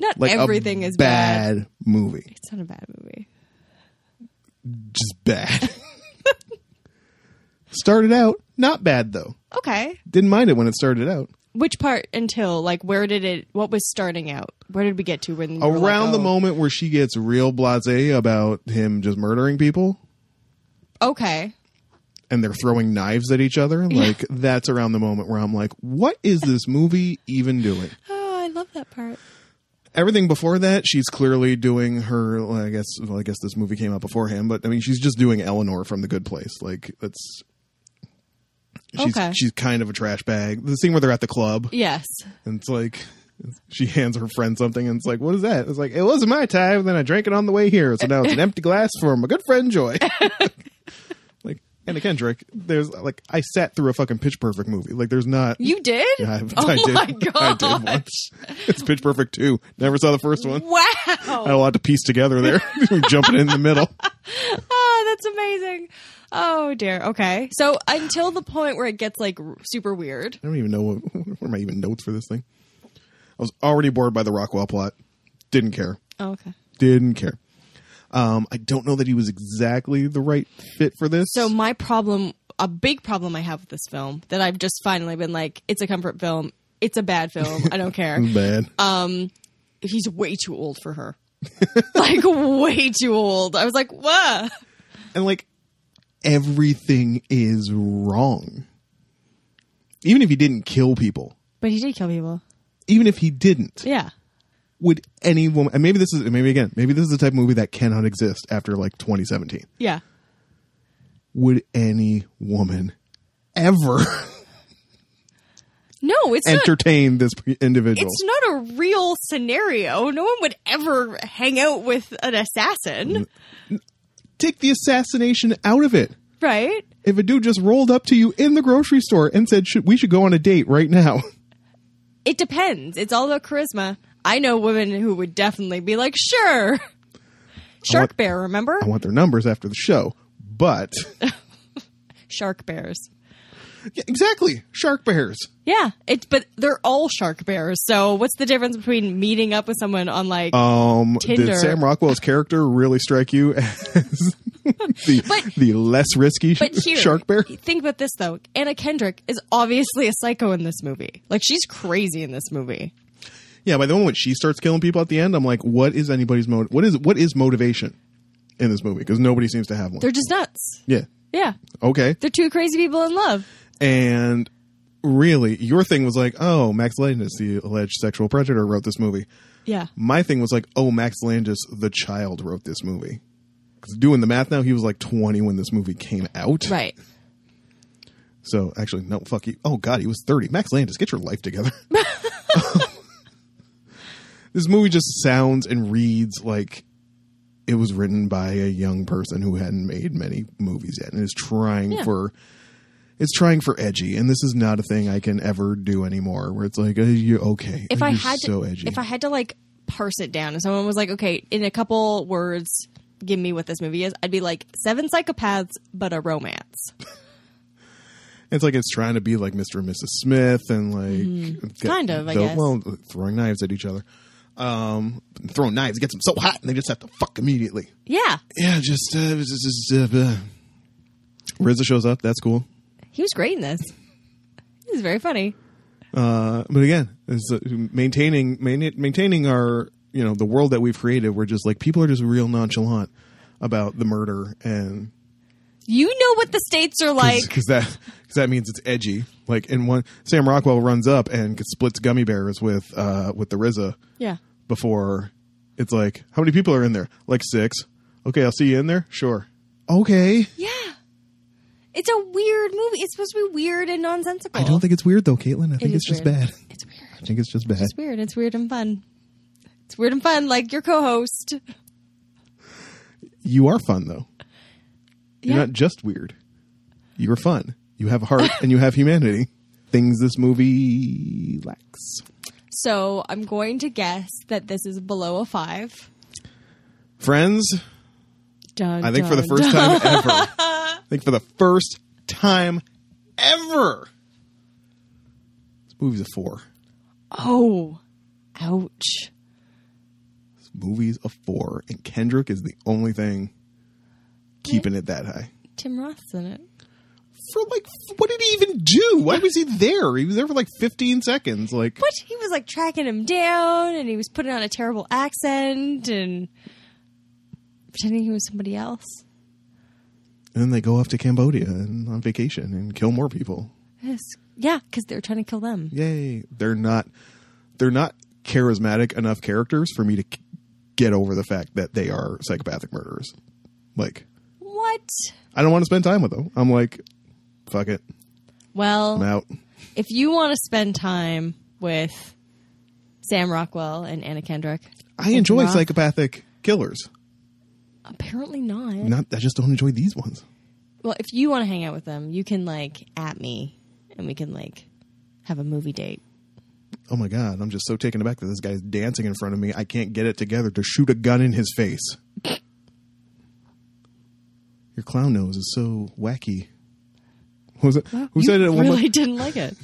B: not
A: Like a
B: everything is bad.
A: bad movie.
B: It's not a bad movie.
A: Just bad. started out not bad though.
B: Okay,
A: Didn't mind it when it started out.
B: which part until like where did it? What was starting out? Where did we get to when you were like,
A: Around the
B: oh,
A: moment where she gets real blasé about him just murdering people
B: oh, Okay.
A: and they're throwing knives at each other, like that's around the moment where I'm like, what is this movie even doing?
B: Oh, I love that part.
A: everything before that, she's clearly doing her. Well, I guess. Well, I guess this movie came out beforehand, but I mean, she's just doing Eleanor from The Good Place. Like that's. She's,
B: Okay.
A: she's kind of a trash bag. The scene where they're at the club,
B: Yes.
A: and it's like she hands her friend something, and it's like, "What is that?" It's like, "It wasn't my time." And then I drank it on the way here, so now it's an empty glass for my good friend Joy. like Anna Kendrick, there's like I sat through a fucking Pitch Perfect movie. Like there's not.
B: You did?
A: Yeah, I-
B: oh
A: I did-
B: my
A: I
B: god.
A: did it's Pitch Perfect two. Never saw the first one.
B: Wow.
A: I had a lot to piece together there. Jumping in the middle.
B: Oh, that's amazing. Oh dear. Okay. So until the point where it gets like r- super weird.
A: I don't even know what, what are my even notes for this thing. I was already bored by the Rockwell plot. Didn't care.
B: Oh, okay.
A: Didn't care. Um, I don't know that he was exactly the right fit for this.
B: So my problem, a big problem I have with this film that I've just finally been like, it's a comfort film. It's a bad film. I don't care.
A: bad.
B: uh, He's way too old for her. like way too old. I was like, what?
A: and like everything is wrong. Even if he didn't kill people,
B: But he did kill people.
A: even if he didn't,
B: Yeah.
A: would any woman? And maybe this is maybe again, maybe this is the type of movie that cannot exist after like 2017.
B: Yeah.
A: Would any woman ever
B: No, it's not.
A: entertain this individual?
B: It's not a real scenario. No one would ever hang out with an
A: Mm.
B: assassin,
A: Take the assassination out of it.
B: right?
A: If a dude just rolled up to you in the grocery store and said, should, "We should go on a date right now,"
B: It depends. It's all about charisma. I know women who would definitely be like, sure. Shark bear, remember?
A: I want their numbers after the show. But
B: Shark bears.
A: Yeah, exactly, shark bears.
B: Yeah, it, but they're all shark bears. So what's the difference between meeting up with someone on like?
A: Um,
B: Tinder.
A: did Sam Rockwell's character really strike you as the
B: But-
A: the less risky
B: but here,
A: shark bear?
B: Think about this though. Anna Kendrick is obviously a psycho in this movie. Like she's crazy in this movie.
A: Yeah, by the moment she starts killing people at the end, I'm like, what is anybody's motive? What is what is motivation in this movie? Because nobody seems to have one.
B: They're just nuts.
A: yeah,
B: Yeah,
A: okay,
B: they're two crazy people in love.
A: and really, your thing was like, oh, Max Landis, the alleged sexual predator, wrote this movie.
B: Yeah,
A: My thing was like, oh, Max Landis, the child, wrote this movie. 'Cause doing the math now, he was like 20 when this movie came out.
B: right.
A: So actually, no, fuck you. Oh god, he was thirty. Max Landis, get your life together. this movie just sounds and reads like it was written by a young person who hadn't made many movies yet and is trying
B: Yeah.
A: for it's trying for edgy and this is not a thing i can ever do anymore where it's like uh, you okay
B: If
A: are
B: I
A: you
B: had
A: so
B: to,
A: edgy
B: if I had to like parse it down, and someone was like, okay, in a couple words, give me what this movie is, I'd be like, seven psychopaths, but a romance.
A: it's like it's trying to be like mr and mrs smith and like get-
B: Mm-hmm. Kind of, I
A: the-
B: guess.
A: well throwing knives at each other um throwing knives gets them so hot and they just have to fuck immediately
B: Yeah,
A: yeah, just uh, it's just, it's just, uh, blah. RZA shows up. That's cool.
B: he was great in this. He was very funny.
A: Uh, but again, it's, uh, maintaining main, maintaining our you know the world that we've created. We're just like people are just real nonchalant about the murder and
B: You know what the states are like.
A: because that cause that means it's edgy. Like in one, Sam Rockwell runs up and splits gummy bears with uh, with the RZA
B: Yeah.
A: before it's like how many people are in there? Like six. Okay, I'll see you in there. Sure. Okay.
B: Yeah. It's a weird movie. It's supposed to be weird and nonsensical.
A: I don't think it's weird though, Caitlin. I think
B: is
A: it's just
B: weird.
A: bad.
B: it's weird.
A: I think it's just bad.
B: It's weird. It's weird and fun. It's weird and fun, like your co-host.
A: you are fun though. You're
B: Yeah.
A: not just weird. You're fun. You have heart and you have humanity. Things this movie lacks.
B: So I'm going to guess that this is below a five.
A: Friends,
B: Dun,
A: I think for the
B: dun,
A: first
B: dun.
A: time ever. I think for the first time ever. This movie's a four.
B: Oh, ouch.
A: This movie's a four. And Kendrick is the only thing keeping it that high.
B: Tim Roth's in it.
A: For like what did he even do? Why was he there? He was there for like fifteen seconds. Like
B: What? He was like tracking him down, and he was putting on a terrible accent and pretending he was somebody else.
A: And then they go off to Cambodia and on vacation and kill more people.
B: Yes. Yeah, because they were trying to kill them.
A: Yay! They're not they're not charismatic enough characters for me to k- get over the fact that they are psychopathic murderers. Like
B: What?
A: I don't want to spend time with them. I'm like, fuck it,
B: Well,
A: I'm out.
B: if you want to spend time with Sam Rockwell and Anna Kendrick,
A: I enjoy
B: Roth?
A: psychopathic killers.
B: apparently not.
A: Not I just don't enjoy these ones.
B: Well, if you want to hang out with them, you can like at me, and we can like have a movie date.
A: Oh my god, I'm just so taken aback that this guy's dancing in front of me. I can't get it together to shoot a gun in his face. your clown nose is so wacky. What was it? Who
B: You
A: said it at one?
B: really
A: point?
B: didn't like it.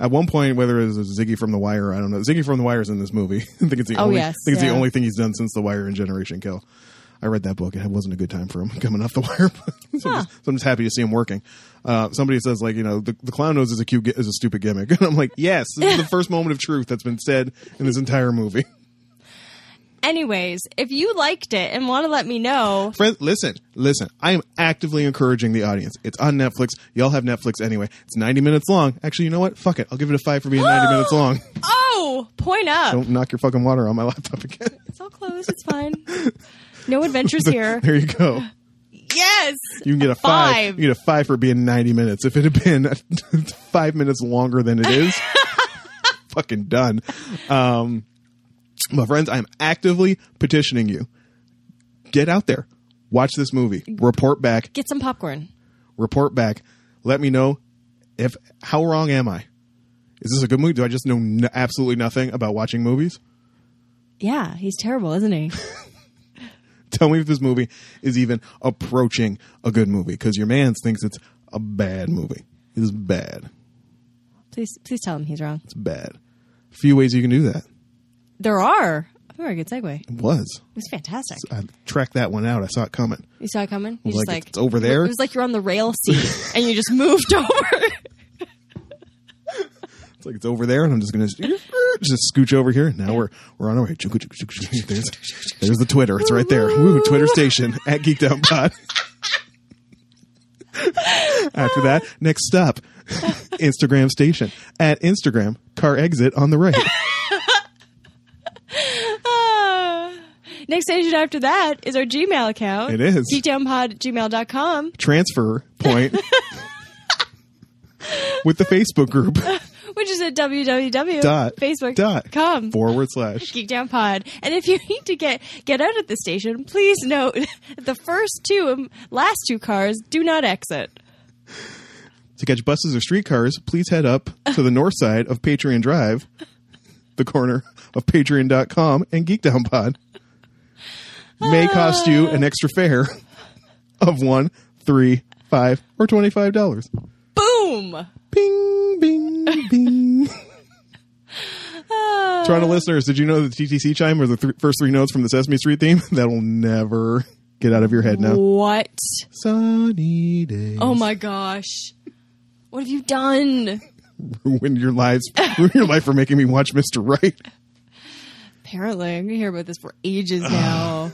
A: at one point, whether it was Ziggy from The Wire, I don't know. Ziggy from The Wire is in this movie. I think it's the
B: Oh,
A: only.
B: yes,
A: I think it's
B: yeah.
A: the only thing he's done since The Wire and Generation Kill. I read that book. It wasn't a good time for him coming off The Wire. so, I'm
B: Huh.
A: just, so I'm just happy to see him working. Uh, somebody says like, you know, the, the clown nose is a cute gi- is a stupid gimmick, and I'm like, yes, this is the first moment of truth that's been said in this entire movie.
B: Anyways, if you liked it and want to let me know,
A: Friends, listen, listen. I am actively encouraging the audience. It's on Netflix. Y'all have Netflix anyway. It's 90 minutes long. Actually, you know what? Fuck it. I'll give it a five for being 90 minutes long.
B: oh, point up.
A: Don't knock your fucking water on my laptop again.
B: It's all closed. It's fine. No adventures here.
A: There you go.
B: Yes.
A: You can get a five. You get a five for being 90 minutes. If it had been five minutes longer than it is, fucking done. Um, my friends, I'm actively petitioning you. Get out there. Watch this movie. Report back.
B: Get some popcorn.
A: Report back. Let me know if how wrong am I? Is this a good movie? Do I just know n- absolutely nothing about watching movies?
B: Yeah, he's terrible, isn't he?
A: Tell me if this movie is even approaching a good movie because your man thinks it's a bad movie. It is bad.
B: Please, please tell him he's wrong.
A: It's bad. Few ways you can do that.
B: There are. Oh, Very good segue. It
A: It was.
B: was fantastic.
A: I tracked that one out. I saw it coming.
B: You saw it coming. You
A: was like, "It's over there?"
B: It was like you're on the rail seat and you just moved over.
A: It's like it's over there, and I'm just gonna just scooch over here. Now we're we're on our way. There's, there's the Twitter. It's right there. Woo, Twitter station at Geeked Out Pod. After that, next stop, Instagram station at Instagram car exit on the right.
B: Ah. Next station after that is our Gmail account.
A: It is.
B: geekdownpod at gmail.com
A: Transfer point with the Facebook group
B: which is at www.
A: dot
B: Facebook
A: dot
B: com.
A: forward slash
B: Geekdown Pod. And if you need to get get out at the station, please note that the first two and last two cars do not exit.
A: To catch buses or streetcars, please head up to the north side of Patreon Drive, the corner of patreon.com and Geekdown Pod. May
B: Ah.
A: cost you an extra fare of one, three, five, or twenty-five dollars.
B: Boom.
A: Bing, bing, bing. Toronto listeners, did you know that the TTC chime were the th- first three notes from the Sesame Street theme? That'll never get out of your head now.
B: What?
A: Sunny day.
B: Oh my gosh. What have you done?
A: Ruined your lives. Ruined your life for making me watch Mr. Right.
B: Apparently, I'm gonna hear about this for ages now.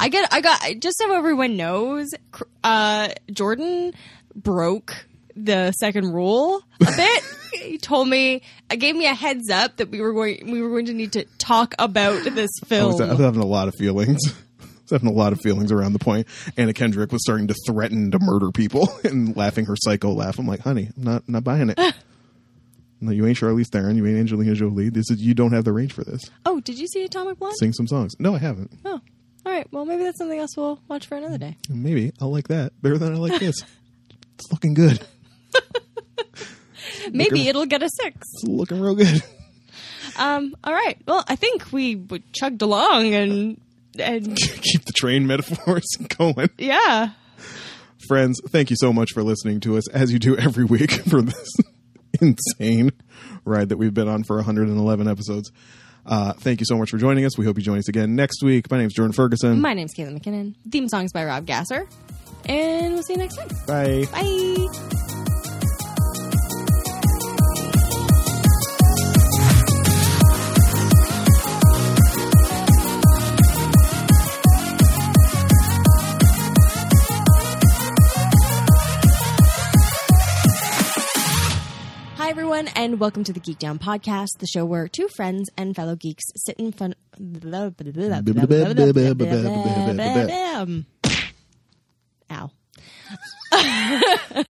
B: I get, I got, just so everyone knows, cr- uh, Jordan broke the second rule a bit. he told me, uh, gave me a heads up that we were going, we were going to need to talk about this
A: I was, I was
B: film.
A: having a lot of feelings. I was having a lot of feelings around the point. Anna Kendrick was starting to threaten to murder people and laughing her psycho laugh. I'm like, honey, I'm not not buying it. no, you ain't Charlize Theron. You ain't Angelina Jolie. This is you don't have the range for this.
B: Oh, did you see Atomic Blonde?
A: Sing some songs. No, I haven't.
B: Oh, all right. Well, maybe that's something else we'll watch for another day.
A: Maybe I'll like that better than I like this. it's looking good.
B: Maybe it'll get a six.
A: It's looking real good.
B: Um, all right. Well, I think we w- chugged along and and
A: Keep the train metaphors going.
B: yeah.
A: Friends, thank you so much for listening to us as you do every week for this insane ride that we've been on for 111 episodes. Uh, thank you so much for joining us. We hope you join us again next week. My name is Jordan Ferguson.
B: My name's Caitlin McKinnon. Theme song's by Rob Gasser. And we'll see you next time.
A: Bye.
B: Bye. Hi, everyone, and welcome to the Geek Down Podcast, the show where two friends and fellow geeks sit in front. Ow.